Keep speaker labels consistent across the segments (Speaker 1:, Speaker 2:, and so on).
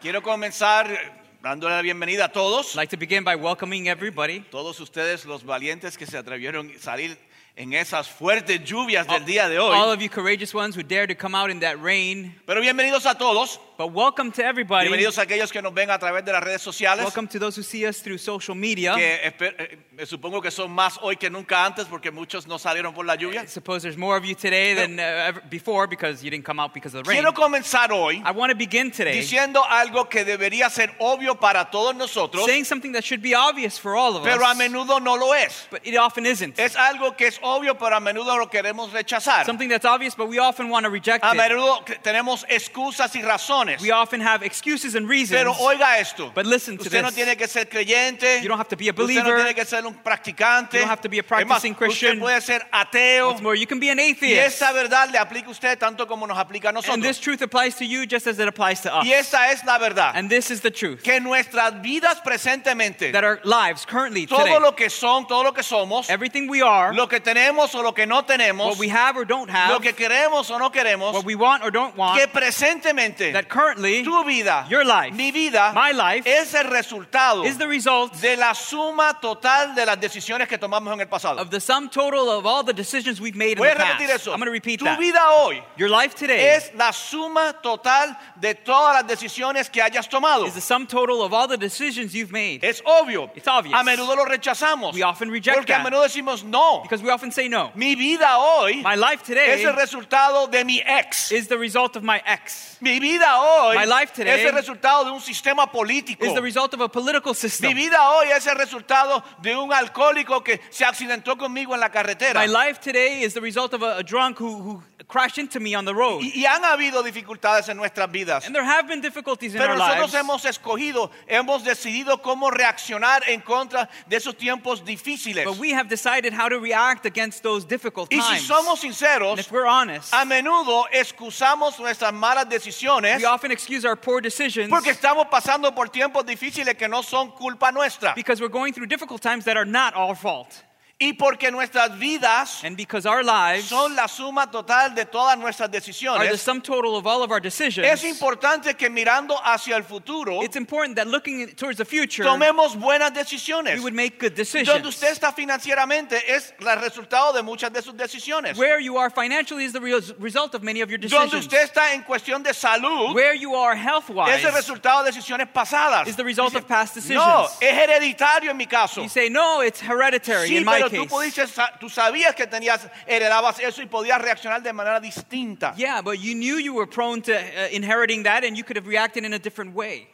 Speaker 1: Quiero comenzar dándole la bienvenida a todos,
Speaker 2: I'd like to begin by welcoming everybody.
Speaker 1: todos ustedes los valientes que se atrevieron a salir en esas fuertes lluvias del día de
Speaker 2: All
Speaker 1: hoy.
Speaker 2: of you courageous ones who dare to come out in that rain.
Speaker 1: Pero bienvenidos a todos,
Speaker 2: But welcome to everybody.
Speaker 1: bienvenidos a aquellos que nos ven a través de las redes sociales,
Speaker 2: Welcome to those who see us through social media.
Speaker 1: que espe- eh, eh, supongo que son más hoy que nunca antes porque muchos no salieron por la lluvia.
Speaker 2: I suppose there's more of you today than uh, ever before because you didn't come out because of the rain.
Speaker 1: Quiero comenzar hoy
Speaker 2: I want to begin today
Speaker 1: diciendo algo que debería ser obvio para todos nosotros,
Speaker 2: saying something that should be obvious for all of
Speaker 1: pero a
Speaker 2: us,
Speaker 1: menudo no lo es.
Speaker 2: but it often isn't.
Speaker 1: Es algo que es obvio, pero a menudo lo queremos rechazar.
Speaker 2: Something that's obvious, but we often want to reject
Speaker 1: A
Speaker 2: it.
Speaker 1: menudo que- tenemos excusas y razones.
Speaker 2: We often have excuses and reasons.
Speaker 1: Pero oiga esto.
Speaker 2: But listen to
Speaker 1: Usted no
Speaker 2: this.
Speaker 1: tiene que ser creyente.
Speaker 2: You don't have to be a
Speaker 1: Usted no
Speaker 2: believer.
Speaker 1: tiene que ser un practicante.
Speaker 2: You don't have to be a
Speaker 1: Es más,
Speaker 2: practicing Christian.
Speaker 1: Usted puede ser ateo.
Speaker 2: What's more, you can be an
Speaker 1: Y
Speaker 2: atheist,
Speaker 1: esa verdad le aplica a usted tanto como nos aplica a
Speaker 2: and this
Speaker 1: nosotros.
Speaker 2: truth applies to you just as it applies to us.
Speaker 1: Y esa es la verdad.
Speaker 2: And this is the truth
Speaker 1: Que nuestras vidas presentemente,
Speaker 2: that our lives currently today,
Speaker 1: todo lo que son, todo lo que somos,
Speaker 2: everything we are,
Speaker 1: lo que tenemos o lo que no tenemos,
Speaker 2: what we have or don't
Speaker 1: lo
Speaker 2: have,
Speaker 1: que queremos o no queremos,
Speaker 2: what we want or don't
Speaker 1: que
Speaker 2: want,
Speaker 1: presentemente
Speaker 2: that currently
Speaker 1: tu vida,
Speaker 2: your life,
Speaker 1: mi vida,
Speaker 2: my life,
Speaker 1: es el resultado
Speaker 2: is the result
Speaker 1: de la suma total de las decisiones que tomamos en el pasado.
Speaker 2: of the sum total of all the decisions we've made in
Speaker 1: Voy a
Speaker 2: the
Speaker 1: repetir
Speaker 2: past.
Speaker 1: eso.
Speaker 2: I'm going to repeat
Speaker 1: tu
Speaker 2: that.
Speaker 1: vida hoy
Speaker 2: Your life today
Speaker 1: es la suma total de todas las decisiones que hayas tomado.
Speaker 2: is the sum total of all the decisions you've made
Speaker 1: Es obvio.
Speaker 2: It's obvious.
Speaker 1: A menudo lo rechazamos.
Speaker 2: We often reject
Speaker 1: porque a
Speaker 2: that.
Speaker 1: menudo decimos no.
Speaker 2: because we often say no.
Speaker 1: Mi vida hoy
Speaker 2: My life
Speaker 1: es
Speaker 2: today
Speaker 1: el resultado de mi ex.
Speaker 2: is the result of my ex,
Speaker 1: Mi vida hoy
Speaker 2: My life today
Speaker 1: es el resultado de un sistema político.
Speaker 2: is the result of a political
Speaker 1: Mi
Speaker 2: system.
Speaker 1: vida hoy es el resultado de un alcohólico que se accidentó conmigo en la carretera.
Speaker 2: My life today is the result of a, a drunk who, who crashed into me on the road.
Speaker 1: Y, y han habido dificultades en nuestras vidas.
Speaker 2: And there have been difficulties in
Speaker 1: Pero
Speaker 2: our
Speaker 1: nosotros
Speaker 2: lives.
Speaker 1: hemos escogido, hemos decidido cómo reaccionar en contra de esos tiempos difíciles.
Speaker 2: But we have decided how to react against those difficult
Speaker 1: Y si
Speaker 2: times.
Speaker 1: somos
Speaker 2: and
Speaker 1: sinceros,
Speaker 2: if we're honest,
Speaker 1: a menudo excusamos nuestras malas decisiones
Speaker 2: we often excuse our poor decisions
Speaker 1: porque estamos pasando por tiempos difíciles que no son culpa nuestra.
Speaker 2: because we're going through difficult times that are not our fault.
Speaker 1: Y porque nuestras vidas
Speaker 2: And because our lives
Speaker 1: son la suma total de todas nuestras
Speaker 2: are the
Speaker 1: decisiones.
Speaker 2: sum total of all of our decisions,
Speaker 1: Es importante que mirando hacia el futuro
Speaker 2: it's important that looking towards the future,
Speaker 1: tomemos buenas decisiones.
Speaker 2: we would make good
Speaker 1: Donde
Speaker 2: decisions.
Speaker 1: usted está financieramente es el resultado de muchas de sus decisiones.
Speaker 2: Where you are financially is the res- result of many of your
Speaker 1: Donde
Speaker 2: decisions.
Speaker 1: usted está en cuestión de salud
Speaker 2: Where you are
Speaker 1: es el
Speaker 2: health-wise
Speaker 1: resultado de decisiones pasadas.
Speaker 2: is the result of past decisions.
Speaker 1: No, es hereditario en mi caso.
Speaker 2: You say, no, it's hereditary
Speaker 1: Sí,
Speaker 2: in my
Speaker 1: pero tú,
Speaker 2: case.
Speaker 1: pudiste sa- tú sabías que tenías, heredabas eso y podías reaccionar de manera distinta.
Speaker 2: Yeah, but you knew you were prone to uh, inheriting that and you could have reacted in a different way.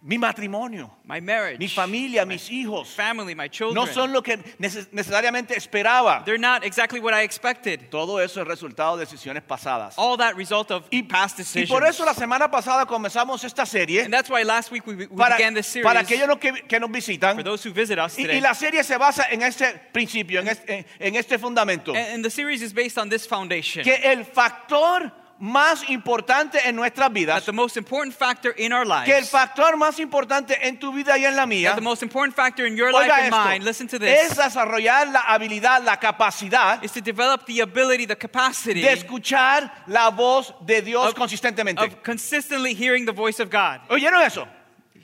Speaker 1: Mi matrimonio,
Speaker 2: My marriage,
Speaker 1: mi familia, mis hijos,
Speaker 2: family, my children,
Speaker 1: no son lo que neces- necesariamente esperaba.
Speaker 2: they're not exactly what I expected.
Speaker 1: Todo eso es resultado de decisiones pasadas.
Speaker 2: All that result of
Speaker 1: Y,
Speaker 2: past
Speaker 1: y
Speaker 2: decisions.
Speaker 1: por eso la semana pasada comenzamos esta serie
Speaker 2: and that's why last week we, we
Speaker 1: para,
Speaker 2: began this series
Speaker 1: para aquellos no que, que nos
Speaker 2: for
Speaker 1: visitan.
Speaker 2: those who visit us
Speaker 1: Y,
Speaker 2: today.
Speaker 1: y la serie se basa en este principio, en este, en- en este fundamento,
Speaker 2: and, and the series is based on this foundation.
Speaker 1: que el factor más importante en nuestras
Speaker 2: that
Speaker 1: vidas,
Speaker 2: the most important factor in our lives,
Speaker 1: que el factor más importante en tu vida y en la
Speaker 2: that
Speaker 1: mía,
Speaker 2: the most important factor in your life
Speaker 1: oiga
Speaker 2: and mine,
Speaker 1: esto,
Speaker 2: listen to this,
Speaker 1: es desarrollar la habilidad, la capacidad
Speaker 2: is to develop the ability, the capacity
Speaker 1: de escuchar la voz de Dios
Speaker 2: Of-
Speaker 1: consistentemente.
Speaker 2: of consistently hearing the voice of God.
Speaker 1: ¿Oyeron eso?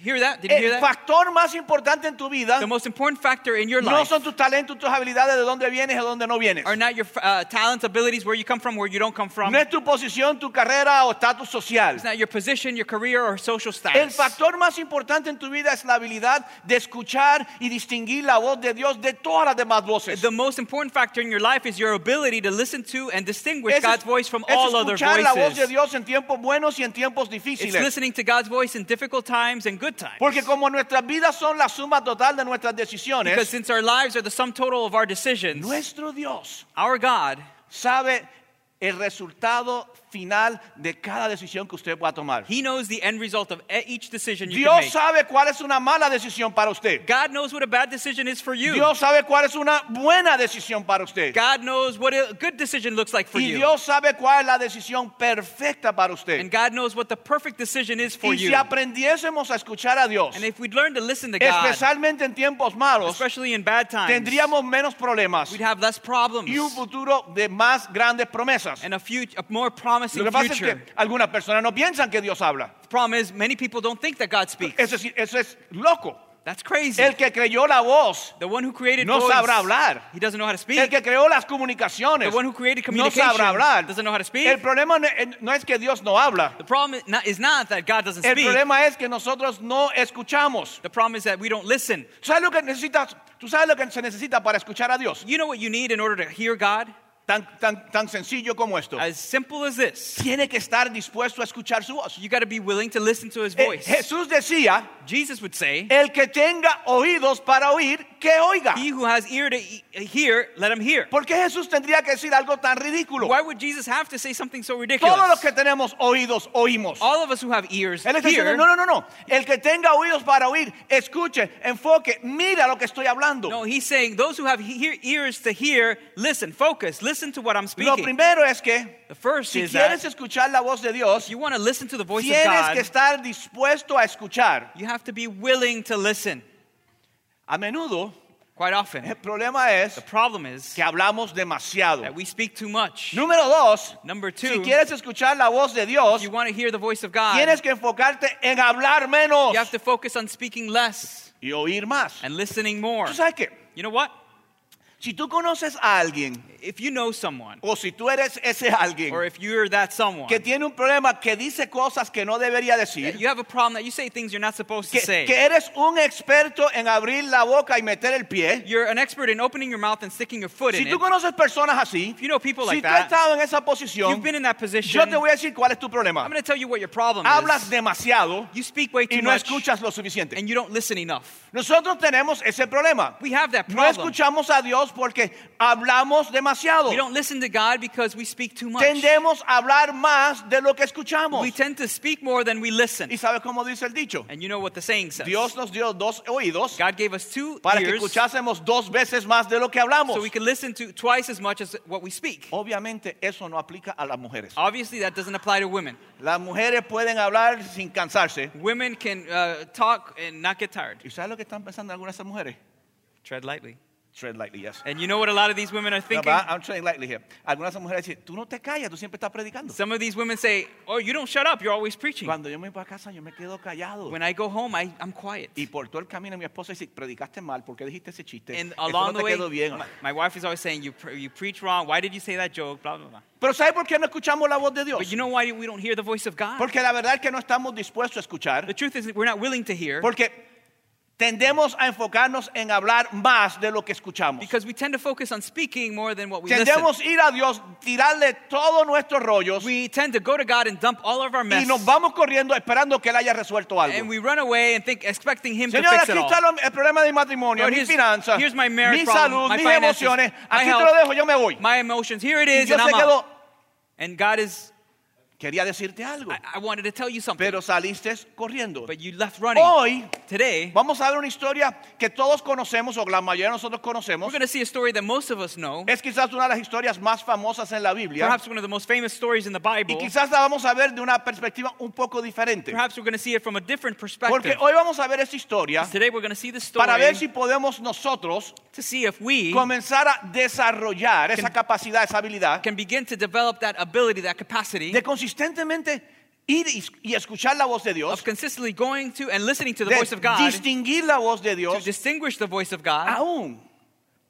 Speaker 2: Hear that? Did you hear
Speaker 1: El
Speaker 2: that?
Speaker 1: factor más importante en tu vida
Speaker 2: The most important factor in your
Speaker 1: no
Speaker 2: life
Speaker 1: son tus talentos, tus habilidades, de dónde vienes o dónde no vienes.
Speaker 2: are not your uh, talents, abilities, where you come from, where you don't come from.
Speaker 1: No es tu posición, tu carrera o estatus social.
Speaker 2: It's not your position, your career, or social
Speaker 1: El
Speaker 2: status.
Speaker 1: factor más importante en tu vida es la habilidad de escuchar y distinguir la voz de Dios de todas las demás voces.
Speaker 2: The most important factor in your life is your ability to listen to and distinguish
Speaker 1: Es es-
Speaker 2: God's voice from
Speaker 1: es
Speaker 2: all other
Speaker 1: escuchar la voz de
Speaker 2: voices.
Speaker 1: Dios en tiempos buenos y en tiempos
Speaker 2: It's
Speaker 1: difíciles.
Speaker 2: listening to God's voice in difficult times and good times.
Speaker 1: Porque como nuestras vidas son la suma total de nuestras
Speaker 2: Because
Speaker 1: decisiones,
Speaker 2: since our lives are the sum total of our decisions,
Speaker 1: nuestro Dios
Speaker 2: our God
Speaker 1: sabe el resultado final de cada decisión que usted pueda tomar.
Speaker 2: He knows the end result of e- each decision you can
Speaker 1: Dios
Speaker 2: make.
Speaker 1: sabe cuál es una mala decisión para usted.
Speaker 2: God knows what a bad decision is for you.
Speaker 1: Dios sabe cuál es una buena decisión para usted.
Speaker 2: God knows what a good decision looks like for
Speaker 1: Y
Speaker 2: you.
Speaker 1: Dios sabe cuál es la decisión perfecta para usted.
Speaker 2: And God knows what the perfect decision is for
Speaker 1: Y si
Speaker 2: you.
Speaker 1: aprendiésemos a escuchar a Dios,
Speaker 2: And if we'd learn to listen to God,
Speaker 1: especialmente en tiempos malos,
Speaker 2: especially in bad times,
Speaker 1: tendríamos menos problemas
Speaker 2: we'd have less problems
Speaker 1: y un futuro de más grandes promesas.
Speaker 2: and a few a more
Speaker 1: Lo
Speaker 2: promising
Speaker 1: que pasa es
Speaker 2: future.
Speaker 1: que algunas personas no piensan que Dios habla.
Speaker 2: The problem is, many people don't think that God speaks.
Speaker 1: Eso es, eso es loco.
Speaker 2: That's crazy.
Speaker 1: El que creyó la voz,
Speaker 2: the one who created
Speaker 1: no
Speaker 2: voice,
Speaker 1: sabrá hablar.
Speaker 2: he doesn't know how to speak.
Speaker 1: el que creó las comunicaciones,
Speaker 2: The one who created
Speaker 1: no
Speaker 2: communication
Speaker 1: sabrá hablar.
Speaker 2: doesn't know how to speak.
Speaker 1: El problema no- eh, no es que Dios no habla.
Speaker 2: the problem is not, is not that God doesn't
Speaker 1: El
Speaker 2: speak.
Speaker 1: problema es que nosotros no escuchamos.
Speaker 2: The problem is that we don't listen.
Speaker 1: ¿Tú sabes lo que necesitas? ¿Tú sabes lo que se necesita para escuchar a Dios?
Speaker 2: You know what you need in order to hear God?
Speaker 1: Tan, tan, tan sencillo como esto.
Speaker 2: As simple as this.
Speaker 1: Tiene que estar dispuesto a escuchar su voz.
Speaker 2: You got to be willing to listen to his
Speaker 1: Eh,
Speaker 2: voice.
Speaker 1: Jesús decía,
Speaker 2: Jesus would say,
Speaker 1: el que tenga oídos para oír, que oiga.
Speaker 2: He who has ear to e- hear, let him hear.
Speaker 1: ¿Por qué Jesús tendría que decir algo tan ridículo?
Speaker 2: Why would Jesus have to say something so ridiculous?
Speaker 1: Todos los que tenemos oídos, oímos.
Speaker 2: All of us who have ears
Speaker 1: Él está diciendo,
Speaker 2: hear.
Speaker 1: no, no, no, no. El que tenga oídos para oír, escuche, enfoque, mira lo que estoy hablando.
Speaker 2: No, he's saying those who have he- hear- ears to hear, listen, focus, listen to what I'm
Speaker 1: lo
Speaker 2: speaking.
Speaker 1: primero es que
Speaker 2: The first
Speaker 1: si
Speaker 2: is that
Speaker 1: quieres escuchar la voz de Dios,
Speaker 2: you want to listen to the voice of
Speaker 1: tienes
Speaker 2: God,
Speaker 1: que estar dispuesto a escuchar.
Speaker 2: you have to be willing to listen.
Speaker 1: A menudo
Speaker 2: Quite often,
Speaker 1: el problema
Speaker 2: the
Speaker 1: es
Speaker 2: problem is
Speaker 1: que hablamos demasiado.
Speaker 2: that we speak too much.
Speaker 1: Número dos,
Speaker 2: Number two,
Speaker 1: si quieres escuchar la voz de
Speaker 2: if
Speaker 1: Dios,
Speaker 2: you want to hear the voice of God,
Speaker 1: tienes que enfocarte en hablar menos
Speaker 2: you have to focus on speaking less
Speaker 1: y oír más.
Speaker 2: and listening more.
Speaker 1: ¿Tú sabes qué?
Speaker 2: You know what?
Speaker 1: Si tú conoces a alguien
Speaker 2: If you know someone,
Speaker 1: o si tú eres ese alguien
Speaker 2: or if you're that someone,
Speaker 1: que tiene un problema, que dice cosas que no debería decir,
Speaker 2: you have a problem that you say things you're not supposed to
Speaker 1: que,
Speaker 2: say.
Speaker 1: que eres un experto en abrir la boca y meter el pie.
Speaker 2: You're an expert in opening your mouth and sticking your foot
Speaker 1: Si
Speaker 2: in
Speaker 1: tú
Speaker 2: it.
Speaker 1: conoces personas así,
Speaker 2: If you know people
Speaker 1: si
Speaker 2: like
Speaker 1: tú has
Speaker 2: that,
Speaker 1: estado en esa
Speaker 2: you've
Speaker 1: posición,
Speaker 2: been in that position.
Speaker 1: yo te voy a decir cuál es tu
Speaker 2: I'm
Speaker 1: problema.
Speaker 2: going to tell you what your problem
Speaker 1: Hablas
Speaker 2: is.
Speaker 1: demasiado
Speaker 2: You speak way
Speaker 1: y
Speaker 2: too
Speaker 1: no
Speaker 2: much
Speaker 1: escuchas lo suficiente.
Speaker 2: and you don't listen enough.
Speaker 1: Nosotros tenemos ese problema.
Speaker 2: We have that
Speaker 1: No
Speaker 2: problem.
Speaker 1: escuchamos a Dios porque hablamos demasiado.
Speaker 2: we don't listen to God because we speak too much.
Speaker 1: Tendemos a hablar más de lo que escuchamos.
Speaker 2: We tend to speak more than we listen.
Speaker 1: ¿Y sabes cómo dice el dicho?
Speaker 2: And you know what the saying says.
Speaker 1: Dios nos dio dos oídos
Speaker 2: God gave us two
Speaker 1: para que
Speaker 2: ears
Speaker 1: escuchásemos dos veces más de lo que hablamos.
Speaker 2: so we can listen to twice as much as what we speak.
Speaker 1: Obviamente eso no aplica a las mujeres.
Speaker 2: Obviously, that doesn't apply to women.
Speaker 1: Las mujeres pueden hablar sin cansarse.
Speaker 2: Women can uh, talk and not get tired.
Speaker 1: ¿Y sabes lo que están pensando algunas de esas mujeres?
Speaker 2: Tread lightly.
Speaker 1: Tread lightly, yes.
Speaker 2: And you know what a lot of these women are
Speaker 1: No,
Speaker 2: thinking?
Speaker 1: but I'm treading lightly here. Algunas de esas mujeres dicen, tú no te callas, tú siempre estás predicando.
Speaker 2: Some of these women say, Oh, you don't shut up, you're always preaching.
Speaker 1: Cuando yo me voy a casa, yo me quedo callado.
Speaker 2: When I go home, I, I'm quiet.
Speaker 1: Y por todo el camino mi esposa dice, predicaste mal, ¿por qué dijiste ese chiste?
Speaker 2: And
Speaker 1: Eso no
Speaker 2: along the
Speaker 1: te
Speaker 2: way,
Speaker 1: quedó bien.
Speaker 2: my, my wife is always saying, you, pre- you preach wrong. Why did you say that joke? Blah, blah, blah.
Speaker 1: Pero ¿sabes por qué no escuchamos la voz de Dios?
Speaker 2: But you know why we don't hear the voice of God?
Speaker 1: Porque la verdad es que no estamos dispuestos a
Speaker 2: The
Speaker 1: escuchar.
Speaker 2: truth is, that we're not willing to hear
Speaker 1: Porque tendemos a enfocarnos en hablar más de lo que escuchamos.
Speaker 2: because we tend to focus on speaking more than what we listen.
Speaker 1: Tendemos a ir a Dios, tirarle todos nuestros rollos
Speaker 2: We tend to go to God and dump all of our
Speaker 1: y
Speaker 2: mess.
Speaker 1: nos vamos corriendo esperando que Él haya resuelto
Speaker 2: And
Speaker 1: algo.
Speaker 2: we run away and think, expecting Him to
Speaker 1: Señor,
Speaker 2: fix
Speaker 1: aquí
Speaker 2: it all.
Speaker 1: está lo- el problema de mi matrimonio,
Speaker 2: Lord,
Speaker 1: mi
Speaker 2: here's-
Speaker 1: finanzas,
Speaker 2: here's my marriage
Speaker 1: mi
Speaker 2: problem,
Speaker 1: salud,
Speaker 2: my
Speaker 1: mis
Speaker 2: finances,
Speaker 1: emociones.
Speaker 2: my
Speaker 1: Aquí te
Speaker 2: health.
Speaker 1: lo dejo, yo me voy.
Speaker 2: My emotions, here it
Speaker 1: Y
Speaker 2: is,
Speaker 1: Dios
Speaker 2: and
Speaker 1: se
Speaker 2: I'm out.
Speaker 1: quedó.
Speaker 2: And God is,
Speaker 1: Quería decirte algo,
Speaker 2: I, I wanted to tell you something,
Speaker 1: pero saliste corriendo.
Speaker 2: but you left running.
Speaker 1: Hoy
Speaker 2: Today,
Speaker 1: vamos a ver una historia que todos conocemos o que la mayoría de nosotros
Speaker 2: we're
Speaker 1: conocemos.
Speaker 2: going to see a story that most of us know,
Speaker 1: Es quizás una de las historias más famosas en la Biblia
Speaker 2: perhaps one of the most famous stories in the
Speaker 1: y
Speaker 2: Bible.
Speaker 1: quizás la vamos a ver de una perspectiva un poco diferente.
Speaker 2: Perhaps we're going to see it from a different
Speaker 1: Porque
Speaker 2: perspective.
Speaker 1: hoy vamos a ver esta historia
Speaker 2: Today we're going to see the story
Speaker 1: para ver si podemos nosotros
Speaker 2: to see if we
Speaker 1: comenzar a desarrollar esa capacidad, esa habilidad
Speaker 2: can begin to develop that ability, that capacity
Speaker 1: de consistentemente ir y- y escuchar la voz de
Speaker 2: of
Speaker 1: Dios,
Speaker 2: consistently going to and listening to the
Speaker 1: de
Speaker 2: voice of God, to
Speaker 1: distinguir la voz de Dios,
Speaker 2: distinguish the voice of
Speaker 1: Ah,
Speaker 2: God,
Speaker 1: aún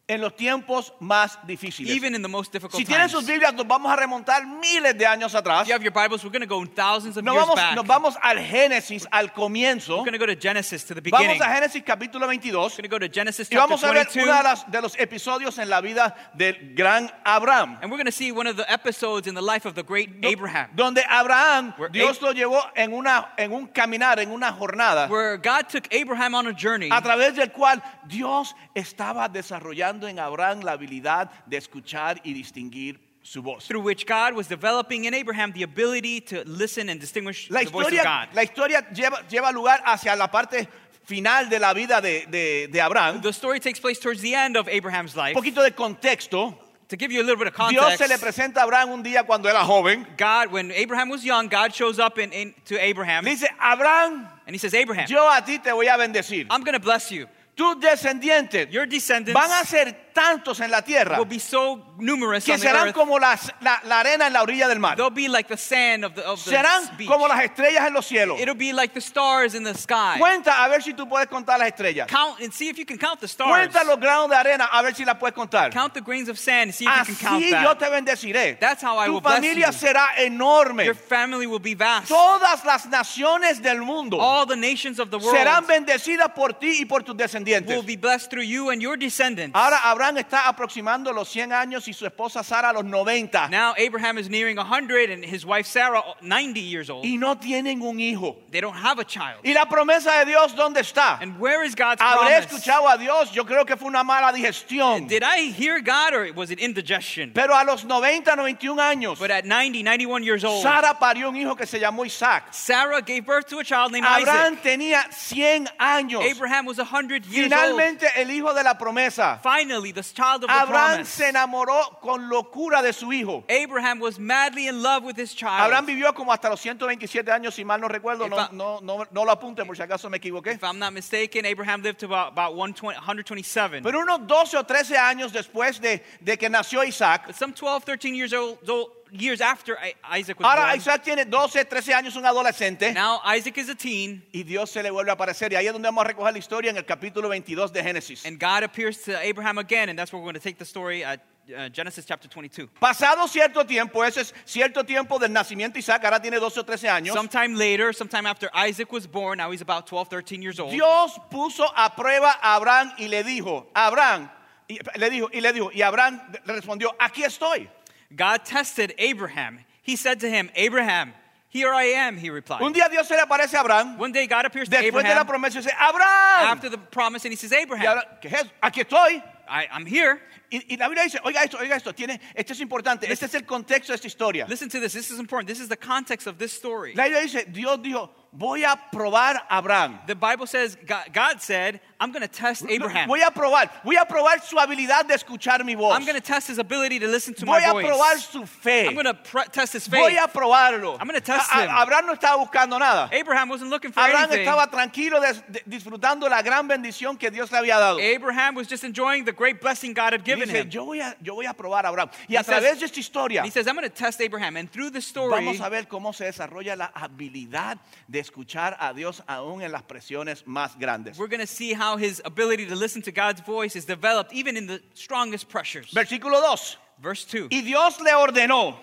Speaker 1: en los tiempos más difíciles.
Speaker 2: even in the most difficult
Speaker 1: Si tienen
Speaker 2: times.
Speaker 1: sus Biblias, nos vamos a remontar miles de años atrás.
Speaker 2: If you have your Bibles, we're going to go thousands of
Speaker 1: Nos
Speaker 2: years
Speaker 1: vamos,
Speaker 2: back.
Speaker 1: nos
Speaker 2: We're
Speaker 1: vamos al Génesis, al comienzo.
Speaker 2: going to go to Genesis, to the beginning.
Speaker 1: Vamos a
Speaker 2: We're
Speaker 1: Génesis capítulo 22
Speaker 2: going to go to Genesis
Speaker 1: y vamos
Speaker 2: chapter
Speaker 1: a ver
Speaker 2: 22,
Speaker 1: uno de, las- de los episodios en la vida del gran Abraham.
Speaker 2: and we're going to see one of the episodes in the life of the great
Speaker 1: Do-
Speaker 2: Abraham,
Speaker 1: Donde Abraham,
Speaker 2: Where
Speaker 1: Dios
Speaker 2: Ab-
Speaker 1: lo llevó en, una, en un caminar, en una jornada,
Speaker 2: where God took Abraham on a journey
Speaker 1: a través del cual Dios estaba desarrollando en Abraham la habilidad de escuchar y distinguir su voz.
Speaker 2: through which God was developing in Abraham the ability to listen and distinguish
Speaker 1: La
Speaker 2: the voice of God.
Speaker 1: historia, la historia lleva, lleva lugar hacia la parte final de la vida de, de- de Abraham.
Speaker 2: The story takes place towards the end of Abraham's life.
Speaker 1: Un poquito de contexto.
Speaker 2: To give you a little bit of
Speaker 1: Dios
Speaker 2: context,
Speaker 1: se le presenta a Abraham un día cuando era joven.
Speaker 2: God, when Abraham was young, God shows up in, in, to Abraham
Speaker 1: Le dice, Abraham,
Speaker 2: and he says, Abraham,
Speaker 1: Yo a ti te voy a bendecir.
Speaker 2: I'm going to bless you.
Speaker 1: Tus descendientes
Speaker 2: Ah. Your descendants
Speaker 1: van a ser tantos en la tierra
Speaker 2: will be so numerous
Speaker 1: que
Speaker 2: on the
Speaker 1: serán
Speaker 2: earth.
Speaker 1: como las- la, la arena en la orilla del mar.
Speaker 2: They'll be like the sand of the, of the
Speaker 1: Serán
Speaker 2: beach.
Speaker 1: como las estrellas en los cielos.
Speaker 2: It'll be like the stars in the sky.
Speaker 1: Cuenta a ver si tú puedes contar las estrellas.
Speaker 2: count and see if you can count the stars.
Speaker 1: Cuenta los granos de arena a ver si las puedes contar.
Speaker 2: Count the grains of sand. See if you can count
Speaker 1: Así yo
Speaker 2: that.
Speaker 1: te bendeciré.
Speaker 2: That's how I
Speaker 1: Tu
Speaker 2: will bless
Speaker 1: familia
Speaker 2: you.
Speaker 1: será
Speaker 2: Your
Speaker 1: enorme.
Speaker 2: family will be vast.
Speaker 1: Todas las naciones del mundo
Speaker 2: All the nations of the world
Speaker 1: serán bendecidas por ti y por tus descendientes.
Speaker 2: will be blessed through you and your descendants.
Speaker 1: Ahora Abraham está aproximando los 100 años y su esposa Sara los 90
Speaker 2: Now Abraham is nearing 100 and his wife Sarah 90 years old.
Speaker 1: y no tienen un hijo.
Speaker 2: They don't have a child.
Speaker 1: ¿Y la promesa de Dios dónde está?
Speaker 2: And where is God's
Speaker 1: Habré
Speaker 2: promise?
Speaker 1: escuchado a Dios, yo creo que fue una mala digestión.
Speaker 2: Did I hear God or was it indigestion?
Speaker 1: Pero a los 90, 91 años,
Speaker 2: But at 90, 91 years old,
Speaker 1: Sara parió un hijo que se llamó Isaac.
Speaker 2: Sarah gave birth to a child named
Speaker 1: Abraham
Speaker 2: Isaac.
Speaker 1: tenía 100 años.
Speaker 2: Abraham was 100 years old.
Speaker 1: Finalmente el hijo de la promesa.
Speaker 2: Finally, this child of the
Speaker 1: Abraham
Speaker 2: promise.
Speaker 1: se enamoró con locura de su hijo.
Speaker 2: Abraham was madly in love with his child.
Speaker 1: Abraham vivió como hasta los 127 años, si mal no recuerdo.
Speaker 2: If
Speaker 1: No,
Speaker 2: I-
Speaker 1: no, no, no lo apunte por si acaso me equivoqué.
Speaker 2: if I'm not mistaken, Abraham lived to about, about 120, 127.
Speaker 1: Pero unos 12 o 13 años después de, de que nació Isaac.
Speaker 2: But some 12, 13 years old, old- years after I- Isaac was
Speaker 1: Ahora
Speaker 2: born,
Speaker 1: Isaac tiene 12, 13 años, un adolescente.
Speaker 2: now Isaac is a teen,
Speaker 1: Y Dios se le vuelve a aparecer. Y ahí es donde vamos a recoger la historia en el capítulo 22 de Génesis.
Speaker 2: and God appears to Abraham again, and that's where we're going to take the story at uh, Genesis chapter 22.
Speaker 1: Pasado cierto tiempo, ese es cierto tiempo del nacimiento de Isaac, ahora tiene 12 o 13 años.
Speaker 2: Sometime later, sometime after Isaac was born, now he's about 12, 13 years old.
Speaker 1: Dios puso a prueba a Abraham y le dijo, Abraham, y le dijo, y le dijo, y Abraham le respondió, aquí estoy.
Speaker 2: God tested Abraham. He said to him, Abraham, here I am, he replied.
Speaker 1: Un día Dios se le aparece a Abraham,
Speaker 2: One day God appears to
Speaker 1: después de la
Speaker 2: Abraham
Speaker 1: promesa dice, Abraham,
Speaker 2: after the promise, and he says,
Speaker 1: y
Speaker 2: Abraham,
Speaker 1: Abraham, ¿qué es? Aquí estoy.
Speaker 2: I, I'm here.
Speaker 1: Y, y la Biblia dice, oiga esto, oiga esto, tiene, esto es importante, este es el contexto de esta historia.
Speaker 2: Listen to this. This is important. This is the context of this story.
Speaker 1: La Biblia dice, Dios dijo, voy a probar a Abraham.
Speaker 2: The Bible says, God, God said, I'm going to test Abraham.
Speaker 1: Voy a probar, voy a probar su habilidad de escuchar mi voz.
Speaker 2: I'm going to test his ability to listen to
Speaker 1: Voy
Speaker 2: my
Speaker 1: a probar
Speaker 2: voice.
Speaker 1: su fe.
Speaker 2: I'm going to pr- test his
Speaker 1: Voy
Speaker 2: faith.
Speaker 1: a probarlo.
Speaker 2: I'm gonna test
Speaker 1: A- a-
Speaker 2: him.
Speaker 1: Abraham no estaba buscando nada.
Speaker 2: Abraham wasn't looking for
Speaker 1: Abraham
Speaker 2: anything.
Speaker 1: estaba tranquilo des- de- disfrutando la gran bendición que Dios le había dado.
Speaker 2: Abraham was just enjoying the great blessing God had given
Speaker 1: Dice,
Speaker 2: him.
Speaker 1: yo voy, a, yo voy a probar a Abraham. Y
Speaker 2: He
Speaker 1: a
Speaker 2: says-
Speaker 1: través de esta historia
Speaker 2: And he says, I'm going to test Abraham. And through the story,
Speaker 1: vamos a ver cómo se desarrolla la habilidad de escuchar a Dios aún en las presiones más grandes.
Speaker 2: we're going to see how his ability to listen to God's voice is developed even in the strongest pressures.
Speaker 1: Versículo 2.
Speaker 2: Verse 2.
Speaker 1: Y Dios le ordenó,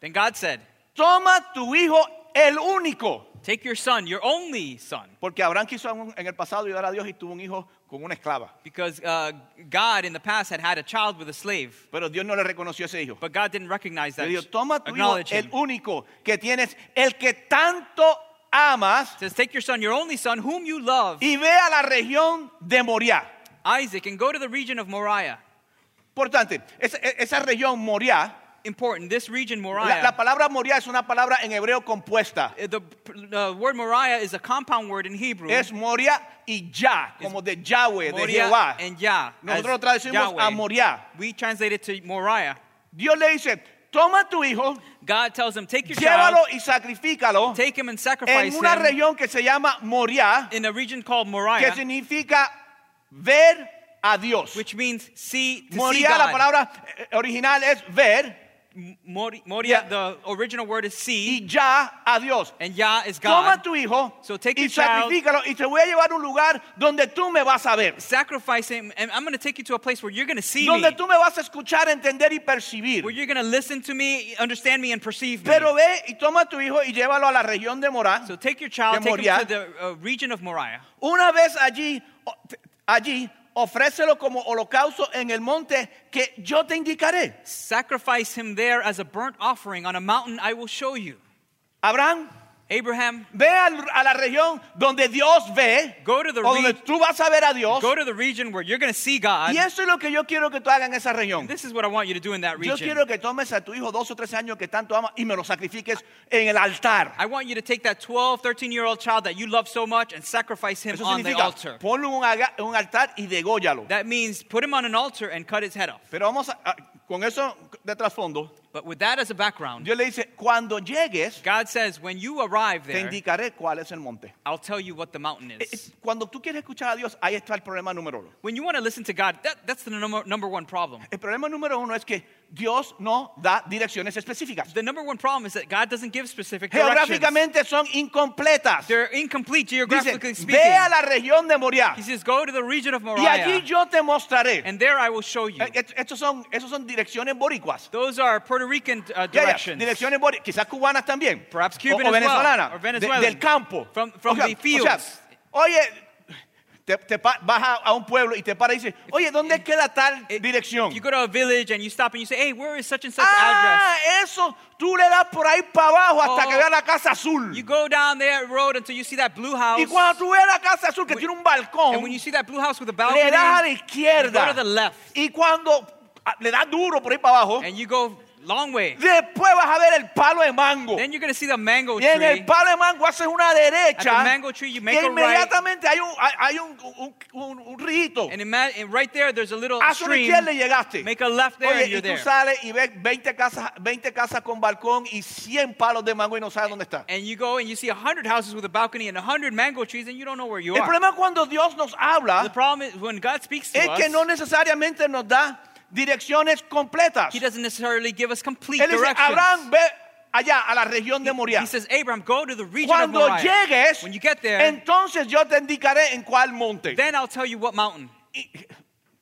Speaker 2: Then God said,
Speaker 1: toma tu hijo el único.
Speaker 2: Take your son, your only son.
Speaker 1: Porque Abraham quiso aún en el pasado ayudar a Dios y tuvo un hijo con una esclava.
Speaker 2: Because uh, God in the past had had a child with a slave,
Speaker 1: Pero Dios no le reconoció ese hijo.
Speaker 2: but God didn't recognize
Speaker 1: Le
Speaker 2: that.
Speaker 1: digo, toma tu hijo,
Speaker 2: acknowledge
Speaker 1: el
Speaker 2: him.
Speaker 1: único que tienes, el que tanto amas,
Speaker 2: says, Take your son, your only son, whom you love,
Speaker 1: y ve a la región de Moriah.
Speaker 2: Isaac, and go to the region of Moriah.
Speaker 1: Por tanto, esa, e, esa región Moriah,
Speaker 2: Important, this region,
Speaker 1: la,
Speaker 2: Moriah.
Speaker 1: la palabra Moriah es una palabra en hebreo compuesta.
Speaker 2: uh, the the word Moriah is a compound word in Hebrew.
Speaker 1: Es Moriah y Yah, como de Yahweh, de
Speaker 2: Moriah
Speaker 1: Jehová.
Speaker 2: and Yah. as
Speaker 1: Nosotros lo traducimos
Speaker 2: Yahweh.
Speaker 1: a Moriah.
Speaker 2: We translate it to Moriah.
Speaker 1: Dios le dice, toma tu hijo,
Speaker 2: God tells him, Take your
Speaker 1: llévalo
Speaker 2: child,
Speaker 1: y sacrifícalo
Speaker 2: take him and sacrifice
Speaker 1: en una
Speaker 2: him
Speaker 1: región que se llama Moriah,
Speaker 2: in a region called
Speaker 1: que
Speaker 2: Moriah,
Speaker 1: significa ver a Dios.
Speaker 2: which means see, to see
Speaker 1: Moría,
Speaker 2: God.
Speaker 1: la palabra eh, original es ver
Speaker 2: M- Mori, Moria,
Speaker 1: Yeah.
Speaker 2: the original word is see,
Speaker 1: y ya a Dios.
Speaker 2: and Yah is
Speaker 1: Toma
Speaker 2: God.
Speaker 1: tu hijo
Speaker 2: So take
Speaker 1: y
Speaker 2: your child.
Speaker 1: sacrifícalo y te voy a llevar a un lugar donde tú me vas a ver,
Speaker 2: Sacrifice him, and I'm going to take you to a place where you're going to see me,
Speaker 1: donde tú me vas a escuchar, entender y percibir.
Speaker 2: where you're going to listen to me, understand me, and perceive me.
Speaker 1: Pero ve y toma a tu hijo y llévalo a la región de Morá.
Speaker 2: So take your child,
Speaker 1: de
Speaker 2: take him to
Speaker 1: Moriah.
Speaker 2: the uh, region of Moriah.
Speaker 1: Una vez allí, o- t- allí, ofrécelo como holocausto en el monte que yo te indicaré.
Speaker 2: Sacrifice him there as a burnt offering on a mountain I will show you.
Speaker 1: Abraham,
Speaker 2: Abraham,
Speaker 1: ve al- a la región donde Dios ve,
Speaker 2: go to the,
Speaker 1: o donde
Speaker 2: re-
Speaker 1: tú vas a ver a Dios.
Speaker 2: go to the region where you're going to see God.
Speaker 1: Y eso es lo que yo quiero que tú hagas en esa región.
Speaker 2: This is what I want you to do in that
Speaker 1: Yo
Speaker 2: region.
Speaker 1: quiero que tomes a tu hijo dos o tres años que tanto ama y me lo sacrifiques en el altar.
Speaker 2: I want you to take that 12, 13 year old child that you love so much and sacrifice him
Speaker 1: Eso
Speaker 2: on the
Speaker 1: significa,
Speaker 2: altar.
Speaker 1: ponlo en un, aga- en un altar y dególlalo.
Speaker 2: That means put him on an altar and cut his head off.
Speaker 1: Pero vamos a- a- con eso de trasfondo.
Speaker 2: But with that as a background,
Speaker 1: Dios le dice, cuando llegues,
Speaker 2: God says, when you arrive
Speaker 1: te
Speaker 2: there,
Speaker 1: indicaré cuál es el monte.
Speaker 2: I'll tell you what the mountain
Speaker 1: Eh, eh,
Speaker 2: is.
Speaker 1: Cuando tú quieres escuchar a Dios, ahí está el problema número uno.
Speaker 2: When you want to listen to God, that, that's the number, number one problem.
Speaker 1: El problema número uno es que Dios no da direcciones específicas.
Speaker 2: The number one problem is that God doesn't give specific directions.
Speaker 1: Geográficamente son incompletas.
Speaker 2: They're incomplete
Speaker 1: Dice,
Speaker 2: geographically speaking.
Speaker 1: ve a la región de Moriah
Speaker 2: He says, go to the region of
Speaker 1: y allí
Speaker 2: Moriah,
Speaker 1: yo te mostraré.
Speaker 2: and there I will show you.
Speaker 1: Eh, et- Estos son, esos son direcciones boricuas.
Speaker 2: Those are Puerto Rican uh,
Speaker 1: Ya, ya,
Speaker 2: directions.
Speaker 1: Direcciones boricuas, quizás cubanas también.
Speaker 2: Perhaps
Speaker 1: O-
Speaker 2: Cuban
Speaker 1: o,
Speaker 2: as well,
Speaker 1: venezolanas.
Speaker 2: or
Speaker 1: de-
Speaker 2: Venezuelan.
Speaker 1: del campo.
Speaker 2: From- from
Speaker 1: O sea,
Speaker 2: the
Speaker 1: o sea,
Speaker 2: fields.
Speaker 1: oye, te, te pa- vas a, a un pueblo y te para y dices, oye, ¿dónde queda tal
Speaker 2: It-
Speaker 1: dirección?
Speaker 2: If you go to a village and you stop and you say, hey, where is such and such
Speaker 1: Ah,
Speaker 2: address?
Speaker 1: eso, tú le das por ahí para abajo hasta
Speaker 2: Oh.
Speaker 1: que veas la casa
Speaker 2: You
Speaker 1: azul.
Speaker 2: go down that road until you see that blue house.
Speaker 1: Y cuando tú veas la casa azul que tiene un balcón,
Speaker 2: and when you see that blue house with a balcony,
Speaker 1: le das a la
Speaker 2: you go to the
Speaker 1: izquierda.
Speaker 2: left
Speaker 1: Y cuando ah, le das duro por ahí para abajo,
Speaker 2: and you go long way.
Speaker 1: después vas a ver el palo de mango.
Speaker 2: Then you're going to see the mango
Speaker 1: Y en
Speaker 2: tree.
Speaker 1: el palo de mango haces una derecha.
Speaker 2: At the mango tree, you make
Speaker 1: y
Speaker 2: a
Speaker 1: inmediatamente hay un, hay, hay un, un, un- un rito.
Speaker 2: And, ima- and right there, there's a little
Speaker 1: Haz una
Speaker 2: stream.
Speaker 1: izquierda y llegaste.
Speaker 2: Make a left there
Speaker 1: Oye,
Speaker 2: and you're
Speaker 1: y tú
Speaker 2: there.
Speaker 1: sales y ves 20 casas, 20 casas con balcón y 100 palos de mango y no sabes dónde está.
Speaker 2: And you go and you see 100 houses with a balcony and 100 mango trees and you don't know where you
Speaker 1: El
Speaker 2: are.
Speaker 1: problema es cuando Dios nos
Speaker 2: The
Speaker 1: habla
Speaker 2: problem is when God speaks to
Speaker 1: es
Speaker 2: us,
Speaker 1: que no necesariamente nos da direcciones completas.
Speaker 2: He
Speaker 1: Él
Speaker 2: doesn't necessarily give us complete
Speaker 1: dice,
Speaker 2: directions.
Speaker 1: Abraham, ve allá a la región de Moriah.
Speaker 2: He says, Abraham, go to the region
Speaker 1: Cuando
Speaker 2: of Moriah.
Speaker 1: llegues,
Speaker 2: when you get there,
Speaker 1: entonces yo te indicaré en cuál monte.
Speaker 2: then I'll tell you what mountain.
Speaker 1: Y-